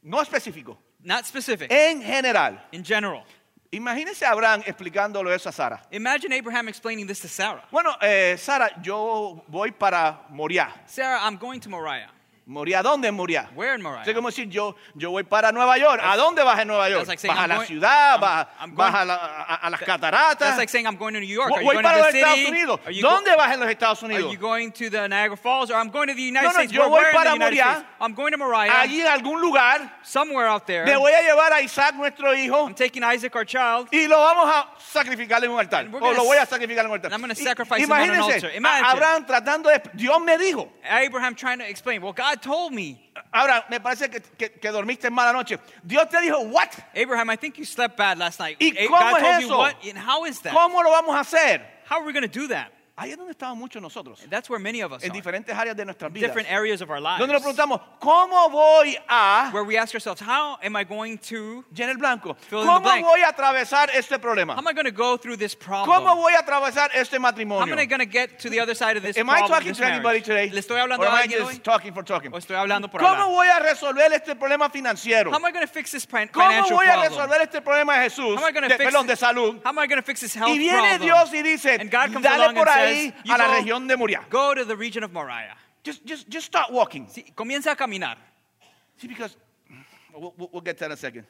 Speaker 1: No específico,
Speaker 2: Not specific,
Speaker 1: en general.
Speaker 2: in general.
Speaker 1: Imagínense a Abraham explicándolo eso a Sara.
Speaker 2: Imagine Abraham explaining this to Sarah.
Speaker 1: Bueno, eh, Sara, yo voy para Moriah.
Speaker 2: Sarah, I'm going to Moriah.
Speaker 1: ¿Moriah dónde? Moriah.
Speaker 2: Where in Moriah?
Speaker 1: Es como decir, yo, yo voy para Nueva York. ¿A dónde vas en Nueva York?
Speaker 2: That's like saying,
Speaker 1: ¿Vas a
Speaker 2: I'm
Speaker 1: la
Speaker 2: going-
Speaker 1: ciudad?
Speaker 2: I'm-
Speaker 1: ¿Vas,
Speaker 2: I'm
Speaker 1: vas
Speaker 2: going-
Speaker 1: a, la- a- a las
Speaker 2: That's
Speaker 1: cataratas?
Speaker 2: like saying I'm going to New York.
Speaker 1: Voy
Speaker 2: Are you
Speaker 1: voy
Speaker 2: going to
Speaker 1: para
Speaker 2: the
Speaker 1: los
Speaker 2: city?
Speaker 1: Estados Unidos.
Speaker 2: Are you go-
Speaker 1: ¿Dónde vas en los Estados
Speaker 2: Are you
Speaker 1: Unidos?
Speaker 2: going to the Niagara Falls or I'm going to the United
Speaker 1: No, no,
Speaker 2: States?
Speaker 1: yo
Speaker 2: Where-
Speaker 1: voy
Speaker 2: where in
Speaker 1: para
Speaker 2: the United
Speaker 1: Moriah.
Speaker 2: States? I'm going to Moriah.
Speaker 1: Allí en algún lugar
Speaker 2: somewhere out there.
Speaker 1: le voy a llevar a Isaac, nuestro hijo,
Speaker 2: I'm taking Isaac, our child.
Speaker 1: y lo vamos a sacrificar en un altar.
Speaker 2: And we're
Speaker 1: O
Speaker 2: gonna
Speaker 1: lo voy a
Speaker 2: s-
Speaker 1: sacrificar en un altar.
Speaker 2: and I'm gonna
Speaker 1: Y-
Speaker 2: sacrifice him on an
Speaker 1: Imagínense,
Speaker 2: altar. Imagine.
Speaker 1: a- Abraham tratando de... Dios me dijo.
Speaker 2: Abraham trying to explain. Well, God told me.
Speaker 1: Ahora, me parece que, que- que dormiste en mala noche. Dios te dijo, what?
Speaker 2: Abraham, I think you slept bad last night.
Speaker 1: ¿Y
Speaker 2: A-
Speaker 1: cómo
Speaker 2: God
Speaker 1: es
Speaker 2: told you
Speaker 1: eso?
Speaker 2: what? And how is that?
Speaker 1: ¿Cómo lo vamos a hacer?
Speaker 2: How are we going to do that?
Speaker 1: Ahí es donde estamos muchos nosotros.
Speaker 2: That's where many of us
Speaker 1: En
Speaker 2: are.
Speaker 1: diferentes áreas de nuestras vidas.
Speaker 2: different areas of our lives.
Speaker 1: Donde nos preguntamos, ¿cómo voy a...
Speaker 2: where we ask ourselves, how am I going to,
Speaker 1: Llena el blanco.
Speaker 2: Fill in the
Speaker 1: ¿Cómo
Speaker 2: blank.
Speaker 1: voy a atravesar este problema?
Speaker 2: how am I going to go through this problem?
Speaker 1: ¿Cómo voy a atravesar este
Speaker 2: how am I
Speaker 1: matrimonio?
Speaker 2: going to get to the other side of this
Speaker 1: Am I
Speaker 2: problem?
Speaker 1: talking
Speaker 2: this
Speaker 1: to anybody
Speaker 2: marriage?
Speaker 1: today?
Speaker 2: ¿Le estoy hablando
Speaker 1: Or am
Speaker 2: a
Speaker 1: I
Speaker 2: alguien hoy?
Speaker 1: just talking for talking?
Speaker 2: ¿O estoy hablando por
Speaker 1: ¿Cómo
Speaker 2: hablar?
Speaker 1: voy a resolver este problema financiero?
Speaker 2: How am I going to fix this fin-
Speaker 1: ¿Cómo
Speaker 2: financial
Speaker 1: voy a
Speaker 2: problem?
Speaker 1: resolver este problema de Jesús?
Speaker 2: How am I
Speaker 1: de-
Speaker 2: going to fix
Speaker 1: perdón, de
Speaker 2: this-
Speaker 1: salud.
Speaker 2: How am I going to fix this health
Speaker 1: Y viene
Speaker 2: problem?
Speaker 1: Dios y dice,
Speaker 2: And God comes
Speaker 1: dale
Speaker 2: along
Speaker 1: por
Speaker 2: and
Speaker 1: ahí
Speaker 2: says,
Speaker 1: a la
Speaker 2: "You go-
Speaker 1: región de Moriah.
Speaker 2: Go to the region of Moriah.
Speaker 1: Just, just, just start walking.
Speaker 2: Sí, comienza a caminar.
Speaker 1: See, because mm, we'll, we'll- we'll get to that in a second.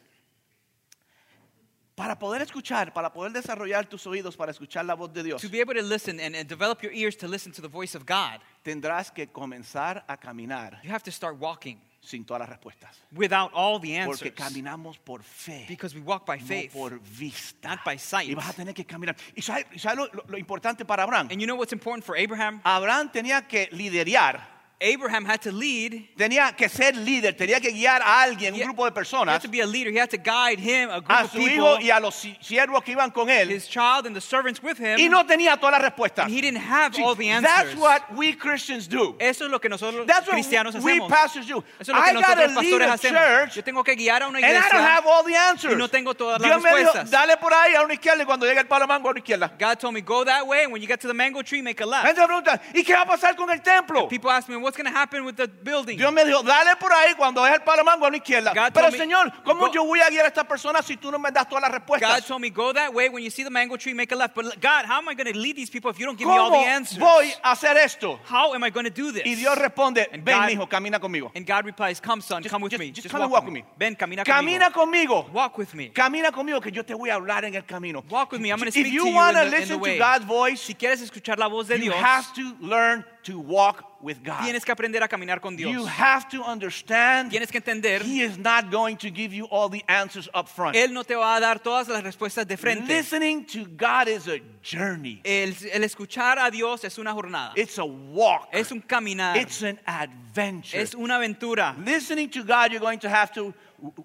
Speaker 1: Para poder escuchar, para poder desarrollar tus oídos, para escuchar la voz de Dios,
Speaker 2: To be able to listen and, and develop your ears to listen to the voice of God,
Speaker 1: tendrás que comenzar a caminar
Speaker 2: you have to start walking
Speaker 1: sin todas las respuestas.
Speaker 2: without all the answers.
Speaker 1: Porque caminamos por fe,
Speaker 2: Because we walk by faith.
Speaker 1: no por vista.
Speaker 2: not by sight.
Speaker 1: Y vas a tener que caminar. ¿Y sabes sabe lo, lo- lo importante para Abraham?
Speaker 2: And you know what's important for Abraham?
Speaker 1: Abraham tenía que liderar,
Speaker 2: Abraham had to lead
Speaker 1: tenía que ser líder, tenía que guiar a alguien, un
Speaker 2: Yeah.
Speaker 1: grupo de
Speaker 2: He had
Speaker 1: personas,
Speaker 2: to be a leader. He had to guide him, a group
Speaker 1: a
Speaker 2: of
Speaker 1: su hijo
Speaker 2: people,
Speaker 1: y a los si- siervos que iban con él.
Speaker 2: his child, and the servants with him.
Speaker 1: Y no tenía todas las respuestas.
Speaker 2: and he didn't have all the
Speaker 1: See,
Speaker 2: answers.
Speaker 1: That's what we Christians do.
Speaker 2: Eso es lo que nosotros
Speaker 1: That's what
Speaker 2: cristianos
Speaker 1: we
Speaker 2: hacemos.
Speaker 1: pastors do.
Speaker 2: Eso es lo que
Speaker 1: I
Speaker 2: nosotros
Speaker 1: gotta
Speaker 2: los
Speaker 1: lead
Speaker 2: pastores
Speaker 1: a
Speaker 2: hacemos.
Speaker 1: church,
Speaker 2: Yo tengo que guiar a una
Speaker 1: and I don't
Speaker 2: iglesia.
Speaker 1: have all the answers.
Speaker 2: y no tengo todas las
Speaker 1: Dios me dijo,
Speaker 2: respuestas.
Speaker 1: dale por ahí a una izquierda y cuando llegue el palo mango a una izquierda.
Speaker 2: God told me, go that way, and when you get to the mango tree, make a
Speaker 1: La
Speaker 2: left.
Speaker 1: gente me pregunta, ¿y qué va a pasar con el templo?
Speaker 2: Ah. People ask me, what's going to happen with the building?
Speaker 1: Dios me dijo, dale por ahí cuando es el palo mango a una izquierda.
Speaker 2: God
Speaker 1: Pero
Speaker 2: told me-
Speaker 1: Señor, ¿cómo
Speaker 2: Go-
Speaker 1: yo voy a guiar a esta persona si tú no me das todas las
Speaker 2: God
Speaker 1: respuestas?
Speaker 2: told me, go that way. When you see the mango tree, make a left. But God, how am I going to lead these people if you don't give me all the
Speaker 1: ¿Cómo
Speaker 2: answers?
Speaker 1: voy a hacer esto?
Speaker 2: How am I going to do this?
Speaker 1: Y Dios responde,
Speaker 2: And
Speaker 1: ven
Speaker 2: God-
Speaker 1: hijo, camina conmigo.
Speaker 2: and God replies, come, son,
Speaker 1: Just-
Speaker 2: come with
Speaker 1: just-
Speaker 2: me.
Speaker 1: just come and walk with me.
Speaker 2: Ven, camina conmigo.
Speaker 1: Camina conmigo.
Speaker 2: Walk with me.
Speaker 1: Camina conmigo que yo te voy a hablar en el camino.
Speaker 2: Walk with me. I'm gonna
Speaker 1: If
Speaker 2: speak
Speaker 1: you
Speaker 2: to you
Speaker 1: wanna
Speaker 2: in the- in the
Speaker 1: listen to
Speaker 2: way.
Speaker 1: God's voice,
Speaker 2: Si quieres escuchar la voz de
Speaker 1: you
Speaker 2: Dios,
Speaker 1: have to learn to walk with God.
Speaker 2: tienes que aprender a caminar con Dios.
Speaker 1: You have to understand
Speaker 2: Tienes que entender,
Speaker 1: He is not going to give you all the answers up front.
Speaker 2: Él no te va a dar todas las respuestas de frente.
Speaker 1: Listening to God is a journey.
Speaker 2: El, el escuchar a Dios es una jornada,
Speaker 1: It's a walk.
Speaker 2: es un caminar,
Speaker 1: It's an adventure.
Speaker 2: es una aventura.
Speaker 1: Listening to God, you're going to have to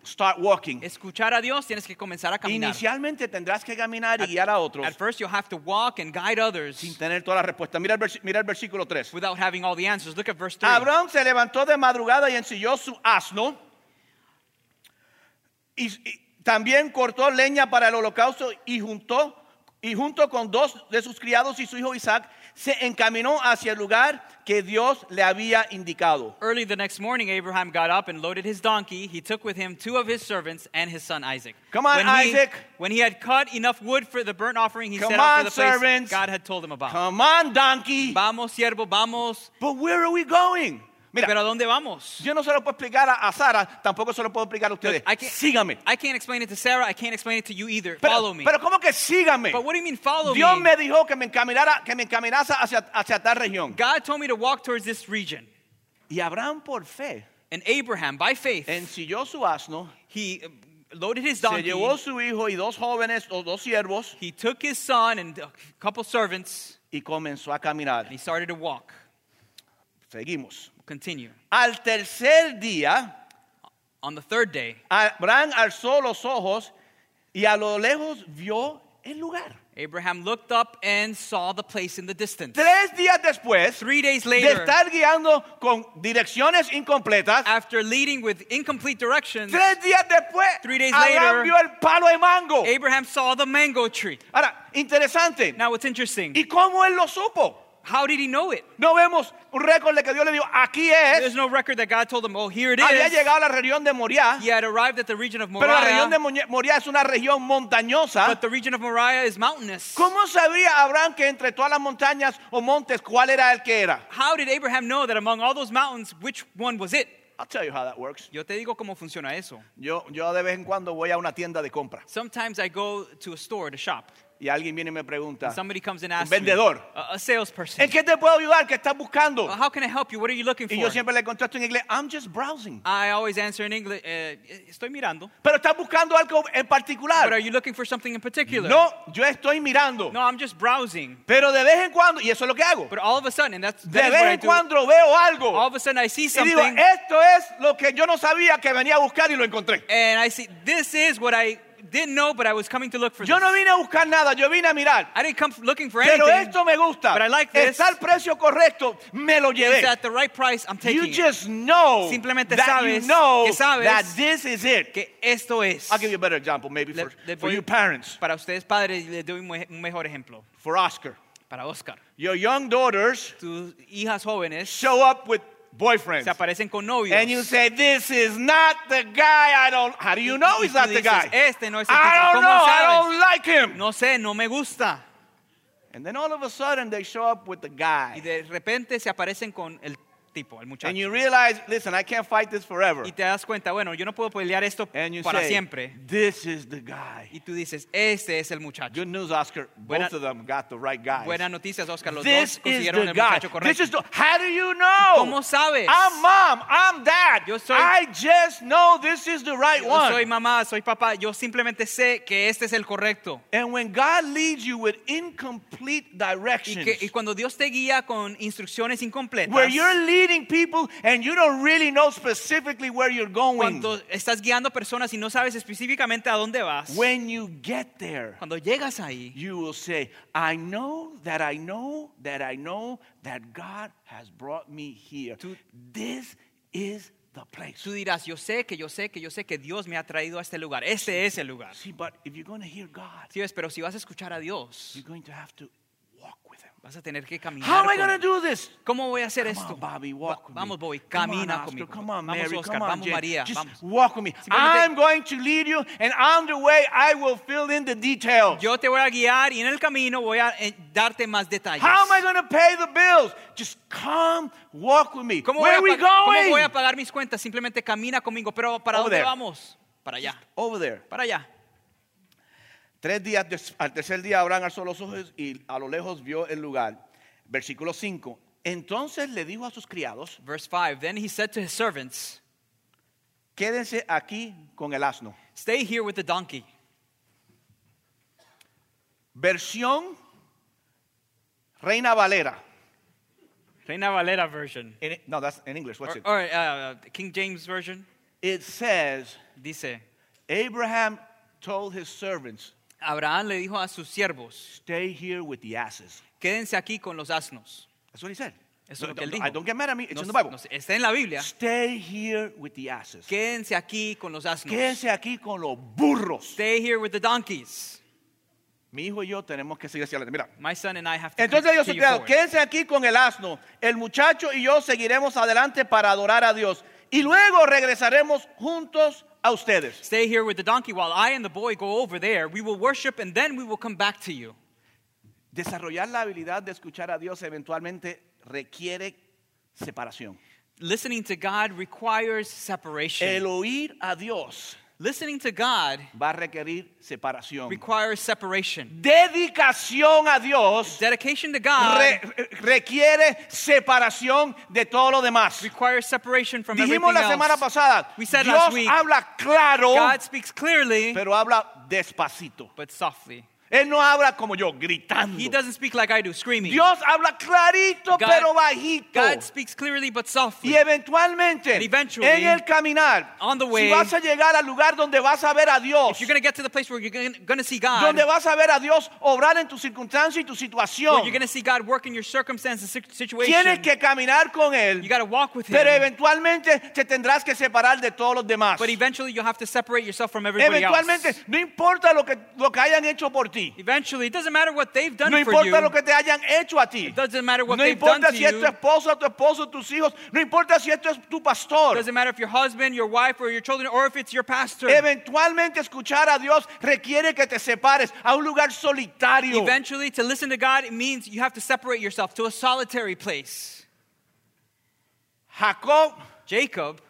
Speaker 1: start walking.
Speaker 2: Escuchar a Dios, tienes que comenzar a caminar.
Speaker 1: Inicialmente tendrás que caminar y guiar a otros
Speaker 2: At first, you'll have to walk and guide
Speaker 1: sin
Speaker 2: others
Speaker 1: tener todas las respuestas. Mira el, versi- mira el versículo 3.
Speaker 2: without having all the answers. Look at verse 3.
Speaker 1: Abraham se levantó de madrugada y ensilló su asno. Y, y también cortó leña para el holocausto y juntó y junto con dos de sus criados y su hijo Isaac se encaminó hacia el lugar que Dios le había indicado.
Speaker 2: Early the next morning, Abraham got up and loaded his donkey. He took with him two of his servants and his son Isaac.
Speaker 1: Come on,
Speaker 2: when he,
Speaker 1: Isaac.
Speaker 2: When he had cut enough wood for the burnt offering, he
Speaker 1: Come
Speaker 2: set out
Speaker 1: on,
Speaker 2: for the place
Speaker 1: servants.
Speaker 2: God had told him about.
Speaker 1: Come on, donkey.
Speaker 2: Vamos, siervo, vamos.
Speaker 1: But where are we going?
Speaker 2: Pero
Speaker 1: Mira,
Speaker 2: ¿a dónde vamos?
Speaker 1: yo no se lo puedo explicar a, a Sara, tampoco se lo puedo explicar a ustedes.
Speaker 2: I can't-
Speaker 1: Sígame.
Speaker 2: I can't explain it to Sarah. I can't explain it to you either.
Speaker 1: Pero,
Speaker 2: follow me.
Speaker 1: pero ¿cómo que sígame?
Speaker 2: but what do you mean follow
Speaker 1: Dios
Speaker 2: me?
Speaker 1: me dijo que me encaminara, que me encaminase hacia, hacia tal región.
Speaker 2: God told me to walk towards this region.
Speaker 1: Y Abraham por fe
Speaker 2: And Abraham, by faith,
Speaker 1: ensilló su asno,
Speaker 2: he uh, loaded his
Speaker 1: se
Speaker 2: donkey.
Speaker 1: llevó su hijo y dos jóvenes o dos siervos
Speaker 2: He took his son and a couple servants,
Speaker 1: y comenzó a
Speaker 2: and
Speaker 1: caminar.
Speaker 2: he started to walk.
Speaker 1: Seguimos.
Speaker 2: Continue.
Speaker 1: Al tercer día,
Speaker 2: On the third day,
Speaker 1: Abraham alzó los ojos y a lo lejos vio el lugar.
Speaker 2: Abraham looked up and saw the place in the distance.
Speaker 1: Tres días después
Speaker 2: Three days
Speaker 1: de
Speaker 2: later,
Speaker 1: estar guiando con direcciones incompletas,
Speaker 2: after leading with incomplete directions,
Speaker 1: tres días después,
Speaker 2: Three days
Speaker 1: Abraham
Speaker 2: later,
Speaker 1: vio el palo de mango.
Speaker 2: Abraham saw the mango tree.
Speaker 1: Ahora, interesante.
Speaker 2: Now, what's interesting,
Speaker 1: ¿Y cómo él lo supo?
Speaker 2: how did he know it?
Speaker 1: No vemos un récord de que Dios le dijo, aquí es.
Speaker 2: There's no record that God told him, oh, here it
Speaker 1: Había
Speaker 2: is.
Speaker 1: llegado a la región de Moriah,
Speaker 2: He had arrived at the region of
Speaker 1: pero la región de
Speaker 2: Moriah,
Speaker 1: Moñe- Moriah es una región montañosa.
Speaker 2: but the region of Moriah is mountainous.
Speaker 1: ¿Cómo sabría Abraham que entre todas las montañas o montes cuál era el que era?
Speaker 2: How did Abraham know that among all those mountains, which one was it?
Speaker 1: I'll tell you how that works.
Speaker 2: Yo te digo cómo funciona eso.
Speaker 1: Yo, yo de vez en cuando voy a una tienda de compra
Speaker 2: Sometimes I go to a store to shop.
Speaker 1: y alguien viene y me pregunta,
Speaker 2: Somebody comes and asks
Speaker 1: vendedor.
Speaker 2: me, a, a salesperson,
Speaker 1: ¿en qué te puedo ayudar? ¿Qué estás buscando?
Speaker 2: "Uh, how can I help you? What are you looking
Speaker 1: Y yo
Speaker 2: for?
Speaker 1: siempre le contesto en inglés, I'm just browsing.
Speaker 2: I always answer in English, eh, estoy mirando.
Speaker 1: Pero estás buscando algo en
Speaker 2: But are
Speaker 1: particular.
Speaker 2: you looking for something in particular?
Speaker 1: No, yo estoy mirando.
Speaker 2: No, I'm just browsing.
Speaker 1: Pero de vez en cuando, y eso es lo que hago,
Speaker 2: But all of a sudden, and that's
Speaker 1: de
Speaker 2: that is
Speaker 1: vez
Speaker 2: what I
Speaker 1: en
Speaker 2: do.
Speaker 1: cuando veo algo.
Speaker 2: All of a sudden, I see
Speaker 1: Y digo, "Eh".
Speaker 2: something,
Speaker 1: esto es lo que yo no sabía que venía a buscar y lo encontré.
Speaker 2: and I see this is what I didn't know, but I was coming to look for.
Speaker 1: Yo
Speaker 2: This.
Speaker 1: no vine a buscar nada, yo vine a mirar.
Speaker 2: I didn't come f- looking for
Speaker 1: Pero
Speaker 2: anything.
Speaker 1: esto me gusta.
Speaker 2: But I like this.
Speaker 1: Está al precio correcto, me lo llevé.
Speaker 2: It's at the right price. I'm taking
Speaker 1: You
Speaker 2: it.
Speaker 1: just know
Speaker 2: Simplemente
Speaker 1: that you
Speaker 2: sabes
Speaker 1: know
Speaker 2: que sabes
Speaker 1: that this is it.
Speaker 2: que esto es.
Speaker 1: I'll give you a better example, maybe
Speaker 2: Le-
Speaker 1: for,
Speaker 2: le
Speaker 1: for
Speaker 2: voy-
Speaker 1: you parents,
Speaker 2: Para ustedes padres les doy un mej- un mejor ejemplo.
Speaker 1: for Oscar.
Speaker 2: Para Oscar.
Speaker 1: Your young daughters
Speaker 2: Tus hijas jóvenes
Speaker 1: show up with
Speaker 2: se
Speaker 1: boyfriends.
Speaker 2: aparecen con novios.
Speaker 1: And you say, this is not the guy I don't... How do you know
Speaker 2: Y
Speaker 1: he's
Speaker 2: tú
Speaker 1: not the
Speaker 2: dices,
Speaker 1: guy?
Speaker 2: "Este no es el tipo".
Speaker 1: I don't
Speaker 2: ¿Cómo
Speaker 1: know, I
Speaker 2: sabes?
Speaker 1: don't like him.
Speaker 2: no sé, no me gusta.
Speaker 1: And then all of a sudden they show up with the guy.
Speaker 2: Y de repente se aparecen con el tipo, el muchacho.
Speaker 1: And you realize, listen, I can't fight this forever.
Speaker 2: y te das cuenta, bueno, yo no puedo pelear esto
Speaker 1: And you
Speaker 2: para
Speaker 1: say,
Speaker 2: siempre.
Speaker 1: this is the guy.
Speaker 2: Y tú dices, este es el muchacho.
Speaker 1: Good news, Oscar.
Speaker 2: Buena-
Speaker 1: Both of them got the right guy.
Speaker 2: Buenas noticias, Oscar. Los
Speaker 1: This
Speaker 2: dos
Speaker 1: is
Speaker 2: consiguieron
Speaker 1: the
Speaker 2: el
Speaker 1: guy.
Speaker 2: muchacho
Speaker 1: This
Speaker 2: correcto.
Speaker 1: is the, how do you know?
Speaker 2: ¿Cómo sabes?
Speaker 1: I'm mom. I'm dad.
Speaker 2: Yo soy-
Speaker 1: I just know this is the right
Speaker 2: Yo
Speaker 1: one.
Speaker 2: soy mamá, soy papá. Yo simplemente sé que este es el correcto.
Speaker 1: And when God leads you with incomplete
Speaker 2: Y,
Speaker 1: directions,
Speaker 2: que, y cuando Dios te guía con instrucciones incompletas,
Speaker 1: where you're leading people and you don't really know specifically where you're going,
Speaker 2: cuando estás guiando personas y no sabes específicamente a dónde vas,
Speaker 1: when you get there,
Speaker 2: cuando llegas ahí,
Speaker 1: you will say, I know that I know that I know that God has brought me here.
Speaker 2: Tú-
Speaker 1: This is the place.
Speaker 2: tú dirás, yo sé que yo sé que yo sé que Dios me ha traído a este lugar. Este es el lugar.
Speaker 1: See, but if you're going to hear God,
Speaker 2: Sí, ves, pero si vas a escuchar a Dios,
Speaker 1: you're going to have to walk with Him.
Speaker 2: vas a tener que caminar.
Speaker 1: How am I
Speaker 2: con
Speaker 1: going to do
Speaker 2: Él.
Speaker 1: this?
Speaker 2: ¿Cómo voy a hacer
Speaker 1: Come
Speaker 2: esto?
Speaker 1: on, Bobby,
Speaker 2: Va-
Speaker 1: walk with me.
Speaker 2: vamos, Bobby,
Speaker 1: Come on,
Speaker 2: camina
Speaker 1: Oscar,
Speaker 2: conmigo.
Speaker 1: Come on,
Speaker 2: vamos,
Speaker 1: Mary,
Speaker 2: Oscar,
Speaker 1: come on,
Speaker 2: vamos,
Speaker 1: Jane.
Speaker 2: María,
Speaker 1: Just
Speaker 2: vamos.
Speaker 1: walk with me.
Speaker 2: Simplemente-
Speaker 1: I'm going to lead you, and on the way, I will fill in the details.
Speaker 2: Yo te voy a guiar y en el camino voy a eh, darte más detalles.
Speaker 1: How am I going to pay the bills? Just come, walk with me.
Speaker 2: ¿Cómo,
Speaker 1: Where are
Speaker 2: voy
Speaker 1: we
Speaker 2: a pa- cómo
Speaker 1: going?
Speaker 2: voy a pagar mis cuentas? Simplemente camina conmigo. Pero ¿para
Speaker 1: Over
Speaker 2: dónde
Speaker 1: there.
Speaker 2: vamos? Para allá.
Speaker 1: Over there.
Speaker 2: Para allá.
Speaker 1: Tres días, des- al tercer día Abraham alzó los ojos y a lo lejos vio el lugar. Versículo 5. Entonces le dijo a sus criados,
Speaker 2: Verse 5. Then he said to his servants,
Speaker 1: quédense aquí con el asno.
Speaker 2: Stay here with the donkey.
Speaker 1: Versión Reina Valera.
Speaker 2: Reina Valera version.
Speaker 1: In- no, that's in English. What's
Speaker 2: Or,
Speaker 1: it?
Speaker 2: or, uh, King James version.
Speaker 1: it says,
Speaker 2: Dice,
Speaker 1: Abraham told his servants,
Speaker 2: Abraham le dijo a sus siervos,
Speaker 1: stay here with the asses.
Speaker 2: quédense aquí con los asnos.
Speaker 1: That's what he said.
Speaker 2: Eso es lo
Speaker 1: Don't-
Speaker 2: que él
Speaker 1: don't-
Speaker 2: dijo.
Speaker 1: I don't get mad at me. It's
Speaker 2: No-
Speaker 1: in the Bible.
Speaker 2: no- está en la Biblia.
Speaker 1: Stay here with the asses.
Speaker 2: Quédense aquí con los asnos.
Speaker 1: Quédese aquí con los burros.
Speaker 2: Stay here with the donkeys.
Speaker 1: Mi hijo y yo tenemos que seguir hacia adelante. Mira.
Speaker 2: My son and I have to
Speaker 1: Entonces ellos se
Speaker 2: continue
Speaker 1: quedaron,
Speaker 2: forward.
Speaker 1: quédense aquí con el asno. El muchacho y yo seguiremos adelante para adorar a Dios. Y luego regresaremos juntos a ustedes.
Speaker 2: Stay here with the donkey while I and the boy go over there. We will worship and then we will come back to you.
Speaker 1: Desarrollar la habilidad de escuchar a Dios eventualmente requiere separación.
Speaker 2: Listening to God requires separation.
Speaker 1: El oír a Dios
Speaker 2: Listening to God
Speaker 1: va a requerir separación.
Speaker 2: requires separation.
Speaker 1: Dedicación a Dios
Speaker 2: Dedication to God
Speaker 1: re- requiere separación de todo lo demás.
Speaker 2: requires separation from
Speaker 1: Dijimos
Speaker 2: everything
Speaker 1: la semana
Speaker 2: else.
Speaker 1: pasada,
Speaker 2: We said
Speaker 1: Dios
Speaker 2: last week,
Speaker 1: habla claro,
Speaker 2: God speaks clearly,
Speaker 1: pero habla despacito.
Speaker 2: but softly.
Speaker 1: Él no habla como yo, gritando.
Speaker 2: He doesn't speak like I do, screaming.
Speaker 1: Dios habla clarito,
Speaker 2: God-
Speaker 1: pero bajito.
Speaker 2: God speaks clearly but softly.
Speaker 1: y eventualmente,
Speaker 2: And eventually,
Speaker 1: en el caminar,
Speaker 2: on the
Speaker 1: si
Speaker 2: way,
Speaker 1: vas a llegar al lugar donde vas a ver a Dios,
Speaker 2: If you're going to get to the place where you're going to see God,
Speaker 1: donde
Speaker 2: where
Speaker 1: vas a ver a Dios obrar en tu circunstancia y tu situación,
Speaker 2: you're going to see God work in your circumstances, si-
Speaker 1: tienes
Speaker 2: situation,
Speaker 1: que caminar con
Speaker 2: you
Speaker 1: Él,
Speaker 2: got to walk with
Speaker 1: pero
Speaker 2: Him.
Speaker 1: eventualmente te tendrás que separar de todos los demás.
Speaker 2: But eventually you'll have to separate yourself from everybody
Speaker 1: Eventualmente,
Speaker 2: else.
Speaker 1: no importa lo que, lo que hayan hecho por ti.
Speaker 2: Eventually, it doesn't matter what they've done
Speaker 1: No
Speaker 2: for
Speaker 1: importa
Speaker 2: you.
Speaker 1: lo que te hayan hecho a ti.
Speaker 2: It doesn't matter what
Speaker 1: No
Speaker 2: they've done
Speaker 1: importa
Speaker 2: to
Speaker 1: si es tu
Speaker 2: you.
Speaker 1: esposa, tu esposo, tus hijos. No importa si esto es tu pastor.
Speaker 2: doesn't matter if your husband, your wife, or your children, or if it's your pastor.
Speaker 1: Eventualmente escuchar a Dios requiere que te separes a un lugar solitario.
Speaker 2: Eventually, to listen to God, it means you have to separate yourself to a solitary place.
Speaker 1: Jacob
Speaker 2: Jacob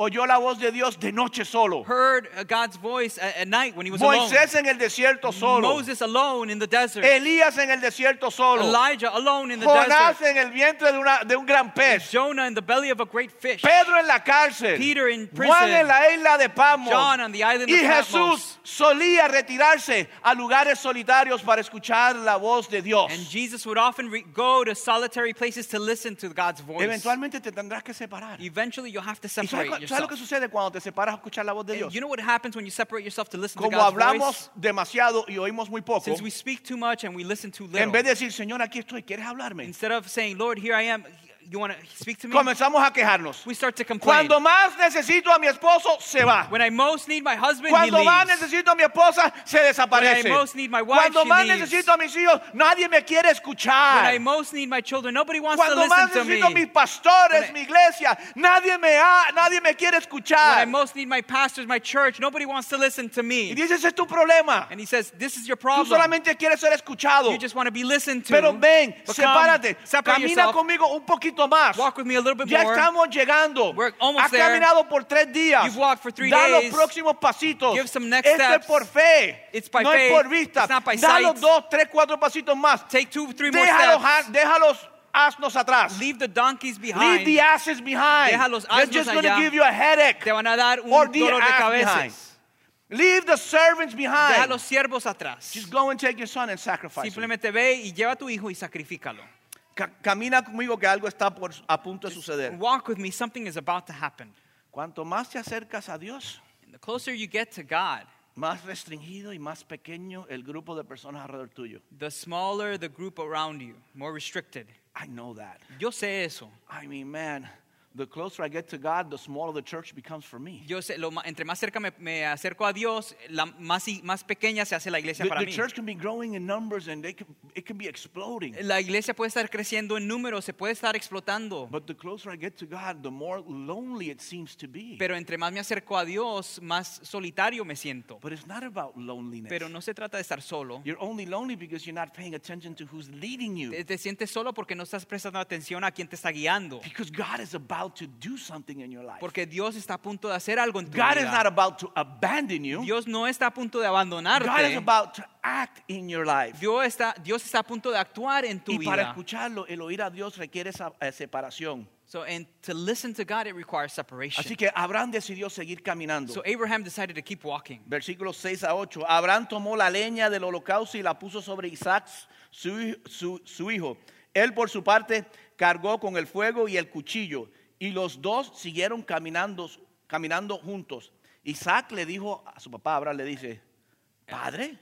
Speaker 1: oyó la voz de Dios de noche solo.
Speaker 2: heard uh, God's voice at, at night when he was
Speaker 1: Moisés en el desierto
Speaker 2: alone.
Speaker 1: solo.
Speaker 2: Moses alone in the desert.
Speaker 1: Elías en el desierto solo.
Speaker 2: Elijah alone in the
Speaker 1: Jonás
Speaker 2: desert.
Speaker 1: en el vientre de, una- de un gran pez.
Speaker 2: Jonah in the belly of a great fish.
Speaker 1: Pedro en la cárcel.
Speaker 2: Peter in prison.
Speaker 1: Juan en la isla de Pamos.
Speaker 2: John on the island
Speaker 1: y
Speaker 2: of Patmos.
Speaker 1: Jesús solía retirarse a lugares solitarios para escuchar la voz de Dios.
Speaker 2: And Jesus would often re- go to solitary places to listen to God's voice.
Speaker 1: Eventualmente te tendrás que separar. ¿Y
Speaker 2: Eventually, you'll have to
Speaker 1: sabes,
Speaker 2: separate
Speaker 1: cu- sabes lo
Speaker 2: yourself.
Speaker 1: que sucede cuando te separas a escuchar la voz de
Speaker 2: And
Speaker 1: Dios?
Speaker 2: you know what happens when you separate yourself to listen to
Speaker 1: Como
Speaker 2: God's
Speaker 1: hablamos
Speaker 2: voice?
Speaker 1: demasiado y oímos muy poco,
Speaker 2: Since we speak too much and we listen too
Speaker 1: en
Speaker 2: little,
Speaker 1: vez de decir, Señor, aquí estoy, ¿quieres hablarme?
Speaker 2: instead of saying, Lord, here I am, you want to speak to me?
Speaker 1: Comenzamos a quejarnos.
Speaker 2: We start to complain.
Speaker 1: Cuando más necesito a mi esposo, se va.
Speaker 2: When I most need my husband, he
Speaker 1: Cuando más
Speaker 2: leaves.
Speaker 1: necesito a mi esposa, se desaparece.
Speaker 2: When I most need my wife,
Speaker 1: Cuando
Speaker 2: she
Speaker 1: más
Speaker 2: leaves.
Speaker 1: necesito a mis hijos, nadie me quiere
Speaker 2: When I
Speaker 1: escuchar.
Speaker 2: most need my children, nobody wants to
Speaker 1: Cuando más
Speaker 2: listen to me.
Speaker 1: necesito a mis pastores,
Speaker 2: When I-
Speaker 1: mi iglesia, nadie me, ha- nadie me quiere
Speaker 2: When I
Speaker 1: escuchar.
Speaker 2: most need my pastors, my church, nobody wants to listen to
Speaker 1: Y
Speaker 2: me.
Speaker 1: dice, ese es tu problema.
Speaker 2: And he says, This is your
Speaker 1: Tú
Speaker 2: problem.
Speaker 1: solamente quieres ser escuchado.
Speaker 2: You just want to be listened to.
Speaker 1: Pero ven,
Speaker 2: But
Speaker 1: sepárate,
Speaker 2: come, separate
Speaker 1: camina
Speaker 2: yourself.
Speaker 1: conmigo un poquito más.
Speaker 2: Walk with me a little bit
Speaker 1: Ya
Speaker 2: more.
Speaker 1: estamos llegando.
Speaker 2: We're almost
Speaker 1: Has
Speaker 2: there.
Speaker 1: caminado por tres días.
Speaker 2: You've walked for three
Speaker 1: da
Speaker 2: days.
Speaker 1: los próximos pasitos.
Speaker 2: Give some next
Speaker 1: Esto es
Speaker 2: steps.
Speaker 1: por fe.
Speaker 2: It's by
Speaker 1: no es
Speaker 2: faith.
Speaker 1: por vista.
Speaker 2: It's not by
Speaker 1: da
Speaker 2: sight.
Speaker 1: los dos, tres, cuatro pasitos más.
Speaker 2: Take two, three more
Speaker 1: Deja los,
Speaker 2: steps.
Speaker 1: as- deja los asnos atrás.
Speaker 2: Leave the donkeys
Speaker 1: Leave
Speaker 2: behind.
Speaker 1: the asses behind.
Speaker 2: Deja los
Speaker 1: They're
Speaker 2: asnos
Speaker 1: just going to
Speaker 2: allá.
Speaker 1: give you a headache.
Speaker 2: Te van a dar un
Speaker 1: Or
Speaker 2: dolor
Speaker 1: the
Speaker 2: de
Speaker 1: ass behind.
Speaker 2: cabeza.
Speaker 1: Leave the servants
Speaker 2: Deja
Speaker 1: behind.
Speaker 2: los siervos atrás.
Speaker 1: Just go and take your son and sacrifice. him.
Speaker 2: Simplemente ve y lleva a tu hijo y sacrifícalo.
Speaker 1: Ca- camina conmigo que algo está por, a punto de suceder.
Speaker 2: Walk with me. Something is about to happen.
Speaker 1: Cuanto más te acercas a Dios,
Speaker 2: And the closer you get to God,
Speaker 1: más restringido y más pequeño el grupo de personas alrededor tuyo.
Speaker 2: the smaller the group around you, more restricted.
Speaker 1: I know that.
Speaker 2: Yo sé eso.
Speaker 1: I mean, man, the closer I get to God, the smaller the church becomes for me.
Speaker 2: Yo sé, lo ma- entre más cerca me, me acerco a Dios, la más, y- más pequeña se hace la iglesia
Speaker 1: The,
Speaker 2: para
Speaker 1: the
Speaker 2: mí.
Speaker 1: church can be growing in numbers and they can, it can be exploding.
Speaker 2: La iglesia puede estar creciendo en número, se puede estar explotando.
Speaker 1: But the closer I get to God, the more lonely it seems to be.
Speaker 2: Pero entre más me acerco a Dios, más solitario me siento.
Speaker 1: But it's not about loneliness.
Speaker 2: Pero no se trata de estar solo.
Speaker 1: You're only lonely because you're not paying attention to who's leading you.
Speaker 2: Te, te sientes solo porque no estás prestando atención a quien te está guiando.
Speaker 1: Because God is about to do something in your life.
Speaker 2: Porque Dios está a punto de hacer algo en tu
Speaker 1: God is not
Speaker 2: vida.
Speaker 1: about to abandon you.
Speaker 2: Dios no está a punto de
Speaker 1: God is
Speaker 2: abandonarte.
Speaker 1: about to act in your life.
Speaker 2: Dios está, Dios está a punto de actuar en tu
Speaker 1: Y para
Speaker 2: vida.
Speaker 1: escucharlo, el oír a Dios requiere esa eh, separación.
Speaker 2: So, and to listen to God, it requires
Speaker 1: Así
Speaker 2: separation.
Speaker 1: que Abraham decidió seguir caminando.
Speaker 2: So eh, Abraham decided to keep walking.
Speaker 1: Versículos 6 a 8. Abraham tomó la leña del holocausto y la puso sobre Isaac, su, su- su hijo. Él por su parte cargó con el fuego y el cuchillo. Y los dos siguieron caminando caminando juntos. Isaac le dijo a su papá, Abraham le dice, Padre,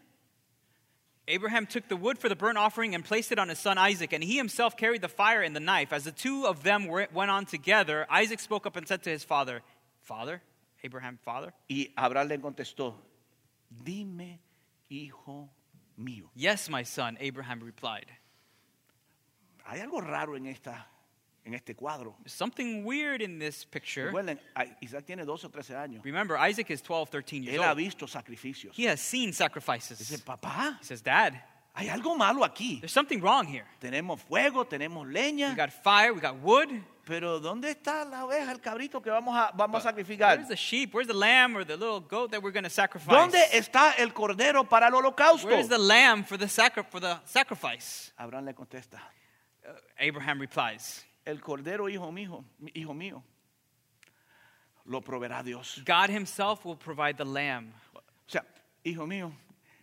Speaker 2: Abraham took the wood for the burnt offering and placed it on his son Isaac, and he himself carried the fire and the knife. As the two of them were, went on together, Isaac spoke up and said to his father, Father? Abraham, father?
Speaker 1: y Abraham le contestó, dime, hijo mío.
Speaker 2: Yes, my son, Abraham replied.
Speaker 1: Hay algo raro en, esta, en este cuadro.
Speaker 2: There's something weird in this picture.
Speaker 1: Recuerden, a- Isaac tiene 12 o 13 años.
Speaker 2: Remember, Isaac is 12, 13 years
Speaker 1: Él ha
Speaker 2: old.
Speaker 1: visto sacrificios.
Speaker 2: He has seen sacrifices.
Speaker 1: Dice, papá,
Speaker 2: He says, Dad,
Speaker 1: hay algo malo aquí.
Speaker 2: there's something wrong here.
Speaker 1: Tenemos fuego, tenemos
Speaker 2: We
Speaker 1: leña,
Speaker 2: got fire, we got wood.
Speaker 1: pero ¿dónde está la oveja, el cabrito que vamos a, vamos a sacrificar?
Speaker 2: Where's the sheep? Where's the lamb or the little goat that we're going to sacrifice?
Speaker 1: ¿Dónde está el cordero para el holocausto?
Speaker 2: Where's the lamb for the, sacri- for the sacrifice?
Speaker 1: Abraham le contesta,
Speaker 2: Uh, Abraham replies,
Speaker 1: el cordero, hijo mío, hijo mío, lo proveerá Dios.
Speaker 2: God himself will provide the lamb.
Speaker 1: O sea, hijo mío,